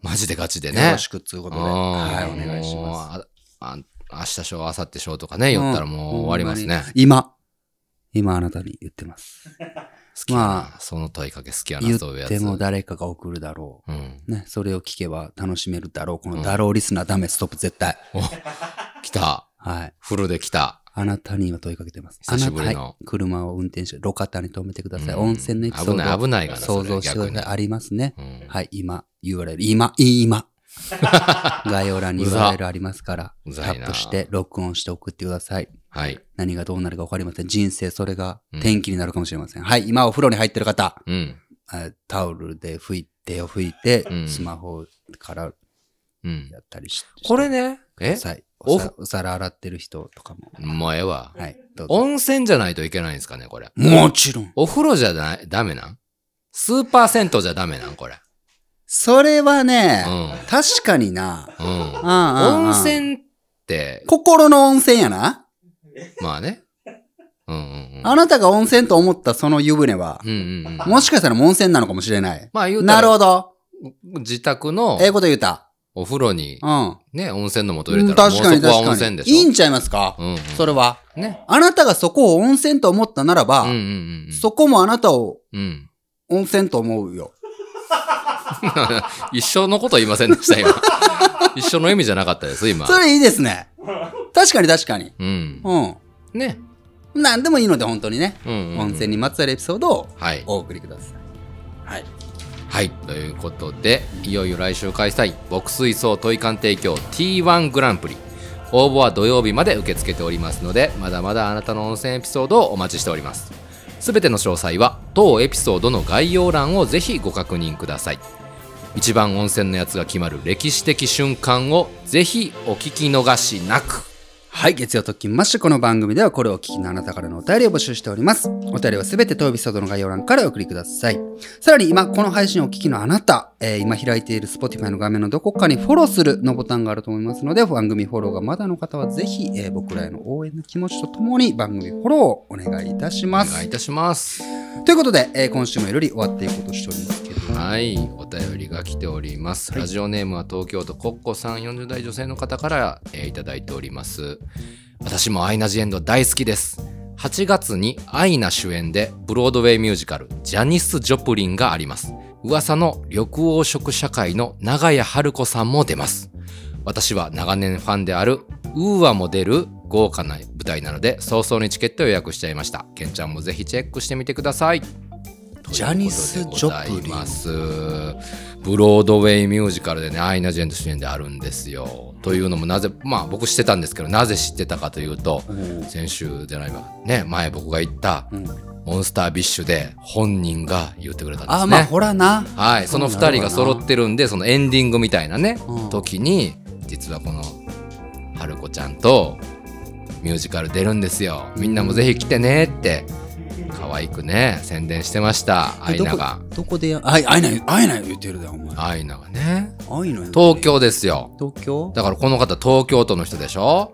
Speaker 2: マジでガチでね。
Speaker 1: よろしくっつうことで。
Speaker 2: うん
Speaker 1: はい、お願いします。
Speaker 2: もうああ明日賞、明後日賞とかね、言ったらもう終わりますね。
Speaker 1: うん。今、今あなたに言ってます。
Speaker 2: 好きやな、
Speaker 1: ま
Speaker 2: その問いかけ好きや
Speaker 1: 言
Speaker 2: な、
Speaker 1: っ
Speaker 2: そういうやつ。
Speaker 1: ても誰かが送るだろ
Speaker 2: うん。
Speaker 1: う。ね、それを聞けば楽しめるだろう。こ
Speaker 2: うん
Speaker 1: のだろうリスナーダメ、ストップ絶対。
Speaker 2: 来た。
Speaker 1: はい。
Speaker 2: フルで来た。
Speaker 1: あなたには問いかけてます。
Speaker 2: 久しぶりの
Speaker 1: あなたはい車を運転して、路肩に止めてください。
Speaker 2: うん
Speaker 1: 温泉のエピソード
Speaker 2: 危ない危ないがなそれ
Speaker 1: 想像してくだ
Speaker 2: 逆
Speaker 1: さ
Speaker 2: に
Speaker 1: い。ありますね。
Speaker 2: うん。
Speaker 1: はい、今、URL、今、 今。概要欄に
Speaker 2: うざ
Speaker 1: URL ありますから、
Speaker 2: う
Speaker 1: タ
Speaker 2: ざいな
Speaker 1: ップして、録音して送ってください。
Speaker 2: はい。
Speaker 1: 何がどうなるか分かりません。人生それが
Speaker 2: うん
Speaker 1: 天気になるかもしれません。はい、今お風呂に入ってる方、
Speaker 2: うん。
Speaker 1: あタオルで拭いてを拭いて、
Speaker 2: うん
Speaker 1: スマホから
Speaker 2: うん。
Speaker 1: やったりし
Speaker 2: これ
Speaker 1: し
Speaker 2: ね、
Speaker 1: てく
Speaker 2: え
Speaker 1: ださい
Speaker 2: お
Speaker 1: おさお皿洗ってる人とかも。
Speaker 2: もうええわ。
Speaker 1: はい、どうぞ。
Speaker 2: 温泉じゃないといけないんですかね、これ。
Speaker 1: もちろん。
Speaker 2: お風呂じゃだダメなんスーパー銭湯じゃダメなんこれ。
Speaker 1: それはね、
Speaker 2: う
Speaker 1: 確かにな。
Speaker 2: ん。うん。
Speaker 1: 温
Speaker 2: 温泉って、
Speaker 1: 心の温泉やな。
Speaker 2: まあね。うんうんうん。
Speaker 1: あなたが温泉と思ったその湯船は、
Speaker 2: うんうんうん。
Speaker 1: もしかしたらもう温泉なのかもしれない。
Speaker 2: まあ言う
Speaker 1: な
Speaker 2: た
Speaker 1: る
Speaker 2: ら、
Speaker 1: ほど。
Speaker 2: 自宅の
Speaker 1: ええこと言うた。
Speaker 2: お風呂に
Speaker 1: うん。
Speaker 2: ね、温泉の素
Speaker 1: う
Speaker 2: 入れ
Speaker 1: ん
Speaker 2: たら、
Speaker 1: 確かに
Speaker 2: もうそこは
Speaker 1: 確
Speaker 2: 温
Speaker 1: か
Speaker 2: 泉
Speaker 1: に
Speaker 2: で。しょ。
Speaker 1: いいんちゃいますか、
Speaker 2: うんうん。
Speaker 1: それは。
Speaker 2: ね。
Speaker 1: あなたがそこを温泉と思ったならば、
Speaker 2: うんうんうん。
Speaker 1: そこもあなたを
Speaker 2: うん。
Speaker 1: 温泉と思うよ。
Speaker 2: 一緒のこと言いません でした、今。一緒の意味じゃなかったです、今。
Speaker 1: それいいですね。確かに確かに。
Speaker 2: うん。
Speaker 1: うん。
Speaker 2: ね。
Speaker 1: 何でもいいので、本当にね。
Speaker 2: うんうんうん。
Speaker 1: 温泉にまつわるエピソードを
Speaker 2: はい。
Speaker 1: お送りください。はい。
Speaker 2: はい。ということで、いよいよ来週開催、牧水槽トイカン提供 T1 グランプリ。応募は土曜日まで受け付けておりますので、まだまだあなたの温泉エピソードをお待ちしております。すべての詳細は、当エピソードの概要欄をぜひご確認ください。一番温泉のやつが決まる歴史的瞬間をぜひお聞き逃しなく。
Speaker 1: はい、月曜特勤マッシュ。この番組ではこれをお聞きのあなたからのお便りを募集しております。お便りはすべて当エピソードの概要欄からお送りください。さらに今、この配信をお聞きのあなた、えー今開いている Spotify の画面のどこかにフォローするのボタンがあると思いますので、番組フォローがまだの方はぜひ、えー僕らへの応援の気持ちとともに番組フォローをお願いいたし
Speaker 2: お
Speaker 1: ま
Speaker 2: 願い
Speaker 1: す
Speaker 2: い。たします。
Speaker 1: ということで、えー今週もより終わっていこうとしておりますけど、
Speaker 2: はい、お便りが来ております。ラジオネームは東京都コッコさん、40代女性の方から、えーいただいております。私もアイナ・ジ・エンド大好きです。8月にアイナ主演でブロードウェイミュージカル「ジャニス・ジョプリン」があります。噂の緑黄色社会の長屋春子さんも出ます。私は長年ファンであるウーアも出る豪華な舞台なので早々にチケットを予約しちゃいました。ケンちゃんもぜひチェックしてみてください。
Speaker 1: ジャニスジョプリン
Speaker 2: ということでございます。ブロードウェイミュージカルでね、アイナ・ジェンド主演であるんですよ。というのもなぜ、まあ僕知ってたんですけど、なぜ知ってたかというと、先週じゃないわ、ね、前僕が言った、
Speaker 1: うん
Speaker 2: モンスタービッシュで本人が言ってくれたんですね。
Speaker 1: あ、まあ、ほらな。
Speaker 2: はい、その
Speaker 1: そうな
Speaker 2: 2
Speaker 1: る
Speaker 2: 人
Speaker 1: わな
Speaker 2: が揃ってるんでそのエンディングみたいなね、
Speaker 1: うん
Speaker 2: 時に実はこの春子ちゃんとミュージカル出るんですよみんなもぜひ来てねって可愛くね宣伝してましたアイナが
Speaker 1: どこどこでや、あい、あいない、あいない言ってるだよ、お前。
Speaker 2: アイナがね
Speaker 1: あいない。
Speaker 2: 東。京ですよ
Speaker 1: 東京
Speaker 2: だからこの方東京都の人でしょ、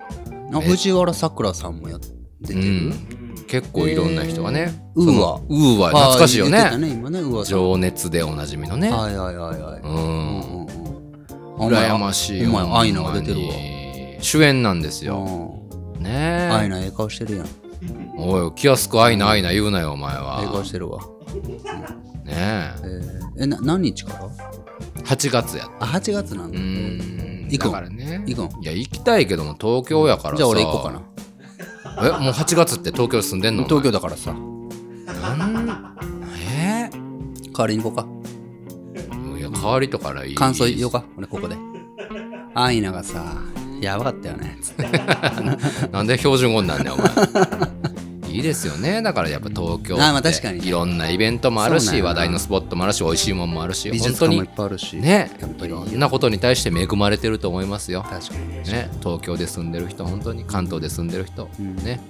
Speaker 1: あ藤原さくらさんもやって
Speaker 2: う
Speaker 1: てる。
Speaker 2: ん、結構いろんな人がね、
Speaker 1: えー
Speaker 2: その
Speaker 1: ウーア
Speaker 2: ウーア懐かしいよ
Speaker 1: あ言ってた
Speaker 2: ね
Speaker 1: ね、今ね、うわさん。
Speaker 2: 情熱でおなじみのね、
Speaker 1: はいはいはいはい。
Speaker 2: う
Speaker 1: うんんうんうん。
Speaker 2: 羨ましい
Speaker 1: お前、アイナ
Speaker 2: ほん
Speaker 1: が
Speaker 2: ま
Speaker 1: 出
Speaker 2: に
Speaker 1: てるわ。
Speaker 2: 主演なんですよ、
Speaker 1: う
Speaker 2: ね
Speaker 1: ん
Speaker 2: え
Speaker 1: アイナ、ええ顔してるやん。え
Speaker 2: おい、キアスくアイナアイナ言うなよ、お前
Speaker 1: え顔
Speaker 2: は。
Speaker 1: してるわ。え
Speaker 2: ね
Speaker 1: ーえ、な、何日から
Speaker 2: え。8月や。
Speaker 1: あ、8月なん
Speaker 2: う
Speaker 1: だ。
Speaker 2: ーん。
Speaker 1: 行く
Speaker 2: だ
Speaker 1: ん
Speaker 2: からね。
Speaker 1: 行くん
Speaker 2: いや、行きたいけども、東京やからさ。
Speaker 1: じゃあ俺行こうかな。。
Speaker 2: え、もう8月って東京住んでんの
Speaker 1: 東京だからさ。
Speaker 2: え
Speaker 1: 代わりに行こうか。
Speaker 2: ー、いや、代わりとからいい。
Speaker 1: 感想言おうか俺ここでアイナがさやばかったよねつって
Speaker 2: なんで標準語になんねん、お 前。いいですよね。だからやっぱ東京って。
Speaker 1: あまあ確かにね
Speaker 2: いろんなイベントもある
Speaker 1: そうなん
Speaker 2: し、
Speaker 1: やな
Speaker 2: 話題のスポットもあるし、美味しいもんもあるし、
Speaker 1: 美
Speaker 2: 本
Speaker 1: 術
Speaker 2: 当
Speaker 1: 館もい
Speaker 2: に
Speaker 1: っ。ぱいあるし
Speaker 2: ね
Speaker 1: やっぱ
Speaker 2: い
Speaker 1: り
Speaker 2: ろんなことに対して恵まれてると思いますよ。
Speaker 1: 確かに
Speaker 2: ね、東京で住んでる人本当に関東で住んでる人、
Speaker 1: ん
Speaker 2: ね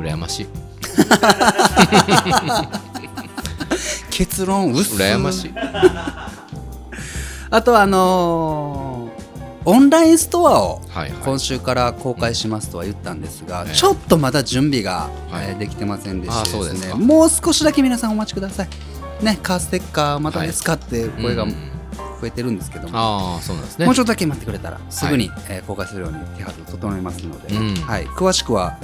Speaker 2: 羨ましい
Speaker 1: 結論うっす
Speaker 2: 羨ましい
Speaker 1: あとはあのーオンラインストアを
Speaker 2: はいはい
Speaker 1: 今週から公開しますとは言ったんですが、
Speaker 2: ええ
Speaker 1: ちょっとまだ準備が、
Speaker 2: はい
Speaker 1: えーできてませんでし
Speaker 2: ああ
Speaker 1: て
Speaker 2: そう
Speaker 1: で
Speaker 2: ですす
Speaker 1: ね
Speaker 2: か
Speaker 1: もう少しだけ皆さんお待ちくださいねカーステッカーまたですかって声が
Speaker 2: うん
Speaker 1: 増えてるんですけども、
Speaker 2: ああそうなんですね
Speaker 1: もうちょっとだけ待ってくれたらすぐに、えー公開するように手はずを整えますので、
Speaker 2: うん
Speaker 1: はい、詳しくは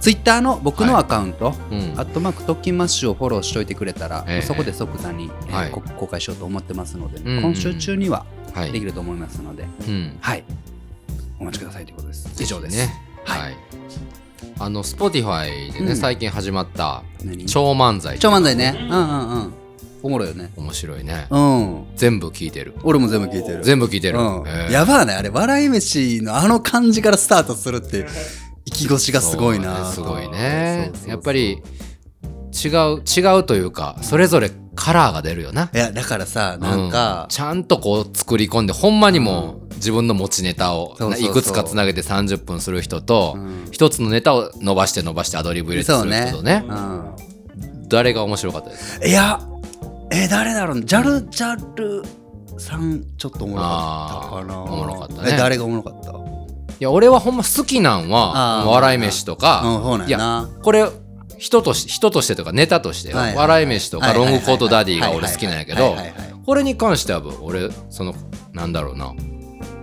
Speaker 1: ツイッターの僕のアカウント、
Speaker 2: うん
Speaker 1: アットマークトキマッシュをフォローしておいてくれたら、
Speaker 2: ええ
Speaker 1: そこで即座に、えー
Speaker 2: はい
Speaker 1: こ公開しようと思ってますので、
Speaker 2: んうん
Speaker 1: 今週中には
Speaker 2: は
Speaker 1: でき
Speaker 2: い、
Speaker 1: ると思いますので、
Speaker 2: うん、
Speaker 1: はい、お待ちくださいということです。以上です。
Speaker 2: ねはい、あの Spotify でね、
Speaker 1: うん
Speaker 2: 最近始まった
Speaker 1: 何超
Speaker 2: 超漫才
Speaker 1: 漫才ね。うんうんうん。おもろいよね。
Speaker 2: 面白いね
Speaker 1: うん。
Speaker 2: 全部聞いてる
Speaker 1: 俺も全部聞いてる。
Speaker 2: 全部聞いてる、
Speaker 1: うん
Speaker 2: えー
Speaker 1: やばいねあれ笑い飯のあの感じからスタートするって息越しがすごいな、
Speaker 2: そうねすごいね
Speaker 1: そうそうそう
Speaker 2: やっぱり違う違うというかそれぞれカラーが出るよない
Speaker 1: やだからさなん
Speaker 2: う
Speaker 1: か
Speaker 2: ん、ちゃんとこう作り込んでほんまにもう自分の持ちネタを
Speaker 1: そうそうそう
Speaker 2: いくつかつなげて30分する人と
Speaker 1: うん
Speaker 2: 一、つのネタを伸ばして伸ばしてアドリブ入れてする人と
Speaker 3: 哎
Speaker 2: ね
Speaker 1: うん
Speaker 2: 誰が面白かったですか
Speaker 1: いやえ誰だろうジャルジャルさんちょっとおもろかったかな
Speaker 2: あーおもろかったね
Speaker 1: え誰がおもろかった
Speaker 2: いや俺はほんま好きなん
Speaker 1: あ
Speaker 2: は
Speaker 1: ー
Speaker 2: 笑い飯と
Speaker 1: うん
Speaker 2: か、
Speaker 1: そうなんやな
Speaker 2: これ人として人としてとかネタとしてよ、
Speaker 1: はいはいはい
Speaker 2: 笑い飯とか、
Speaker 1: はいはいはい
Speaker 2: ロングコートダディが俺好きなんやけど、
Speaker 1: はいはいはい
Speaker 2: これに関しては俺そのなんだろうな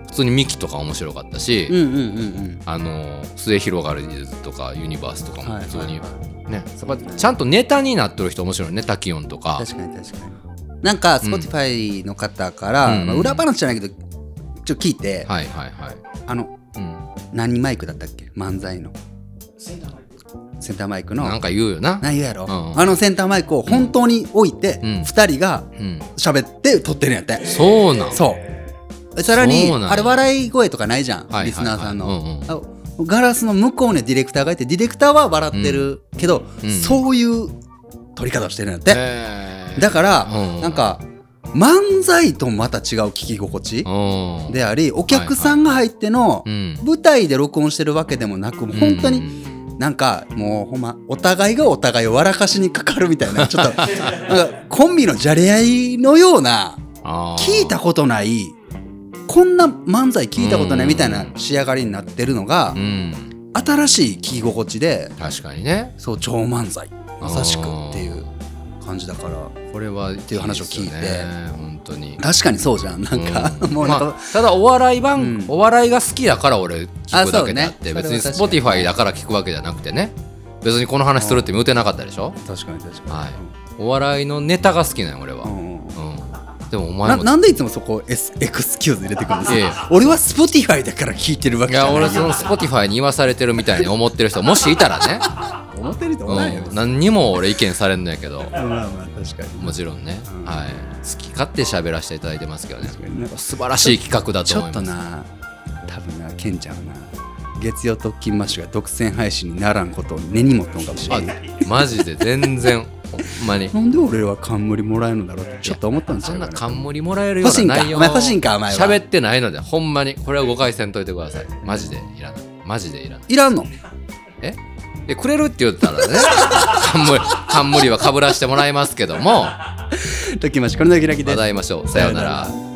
Speaker 2: 普通にミキとか面白かったし、
Speaker 1: うんうんうんうん
Speaker 2: あの末広がるとかユニバースとかも
Speaker 1: はい
Speaker 2: 普通に、
Speaker 1: はいは
Speaker 2: ねやっぱちゃんとネタになってる人面白いねタキオンとか
Speaker 1: 確かに確かになんか Spotify の方から、
Speaker 2: うん
Speaker 1: まあ、裏話じゃないけどちょっと聞いて、
Speaker 2: はいはいはい、
Speaker 1: あの
Speaker 2: うん、
Speaker 1: 何マイクだったっけ漫才の
Speaker 3: センターマイク
Speaker 1: センターマイクの
Speaker 2: なんか言うよな、
Speaker 1: 何言うやろ、
Speaker 2: うん
Speaker 1: あのセンターマイクを本当に置いて、
Speaker 2: う
Speaker 1: 二
Speaker 2: ん
Speaker 1: 人が
Speaker 2: うん、
Speaker 1: 喋って撮ってるんやって、
Speaker 2: そうなん
Speaker 3: 哦
Speaker 1: そうさらに
Speaker 2: そうなんや
Speaker 1: あれ笑い声とかないじゃん、
Speaker 2: はいはいはい
Speaker 1: リスナーさんの、
Speaker 2: うん
Speaker 1: あガラスの向こうにディレクターがいてディレクターは笑ってるけど、
Speaker 2: うん
Speaker 1: そういう撮り方をしてるんやって、
Speaker 2: へー
Speaker 1: だから、
Speaker 2: うん
Speaker 1: なんか漫才とまた違う聞き心地
Speaker 2: うん
Speaker 1: でありお客さんが入っての
Speaker 2: うん
Speaker 1: 舞台で録音してるわけでもなくもう本当に
Speaker 2: うん
Speaker 1: なんかもうほんまお互いがお互いを笑かしにかかるみたい なちょっとなんかコンビのじゃれ合いのような
Speaker 2: あー
Speaker 1: 聞いたことないこんな漫才聞いたことな
Speaker 2: う
Speaker 1: い
Speaker 2: ん
Speaker 1: みたいな仕上がりになってるのが
Speaker 2: うん
Speaker 1: 新しい聞き心地で
Speaker 2: 確かにね
Speaker 1: そう超漫才まさしくっていう
Speaker 2: あ
Speaker 1: 感じだから
Speaker 2: これはって
Speaker 1: いう話を聞いて
Speaker 2: 本当に
Speaker 1: 確かにそうじゃんなんか、
Speaker 2: うん
Speaker 1: もうなんか、
Speaker 2: まあただお笑い番、
Speaker 1: うん
Speaker 2: お笑いが好きだから俺聞
Speaker 1: あ
Speaker 2: く
Speaker 1: そ
Speaker 2: だ
Speaker 1: う
Speaker 2: け
Speaker 1: ね
Speaker 2: であって、
Speaker 1: それは
Speaker 2: 別に
Speaker 1: 確かに
Speaker 2: Spotify だから聞くわけじゃなくてね別にこの話するって打てなかったでしょ
Speaker 1: 確かに確かに、
Speaker 2: はい
Speaker 1: うん
Speaker 2: お笑いのネタが好きなんよ俺は、
Speaker 1: う
Speaker 2: うん
Speaker 1: んうん
Speaker 2: でもお前
Speaker 1: な
Speaker 2: も
Speaker 1: なんでいつもそこエスエクスキューズ入れてくるんです
Speaker 2: いやい
Speaker 1: か
Speaker 2: や
Speaker 1: 俺は Spotify だから聞いてるわ
Speaker 2: い
Speaker 1: けじゃな
Speaker 2: や
Speaker 1: い
Speaker 2: 俺その Spotify に言わされてるみ たいに思ってる人もしいたらね、
Speaker 1: 思ってる人 おらんよ、
Speaker 2: うん、何にも俺意見されんのやけど
Speaker 1: まあまあ確かに
Speaker 2: もちろんね、
Speaker 1: うん
Speaker 2: はい、好き勝手喋らせていただいてますけどね
Speaker 1: 確かにね
Speaker 2: 素晴らしい企画だ
Speaker 1: ち
Speaker 2: と
Speaker 1: ょ
Speaker 2: 思い
Speaker 1: っ
Speaker 2: ます
Speaker 1: とな多分なケンちゃんはな月曜特勤マッシュが独占配信にならんことを根に持っとんかもしれない
Speaker 2: あマジで全然ほんまに
Speaker 1: なんで俺は冠もらえるのだろうってちょっと思ったんです
Speaker 2: そ
Speaker 1: よ
Speaker 2: んな冠もらえるよ
Speaker 1: 欲しいう
Speaker 2: なん
Speaker 1: か
Speaker 2: 内容
Speaker 1: お前欲しいんかお前は
Speaker 2: 喋ってないのでほんまにこれは誤解せんといてくださいマジでいらないマジでいらない
Speaker 1: いらんの
Speaker 2: えでくれるって言ったらね冠冠はかぶらしてもらいますけども
Speaker 1: 特勤マッシュこれだけだけで
Speaker 2: ますた会いましょうさようなら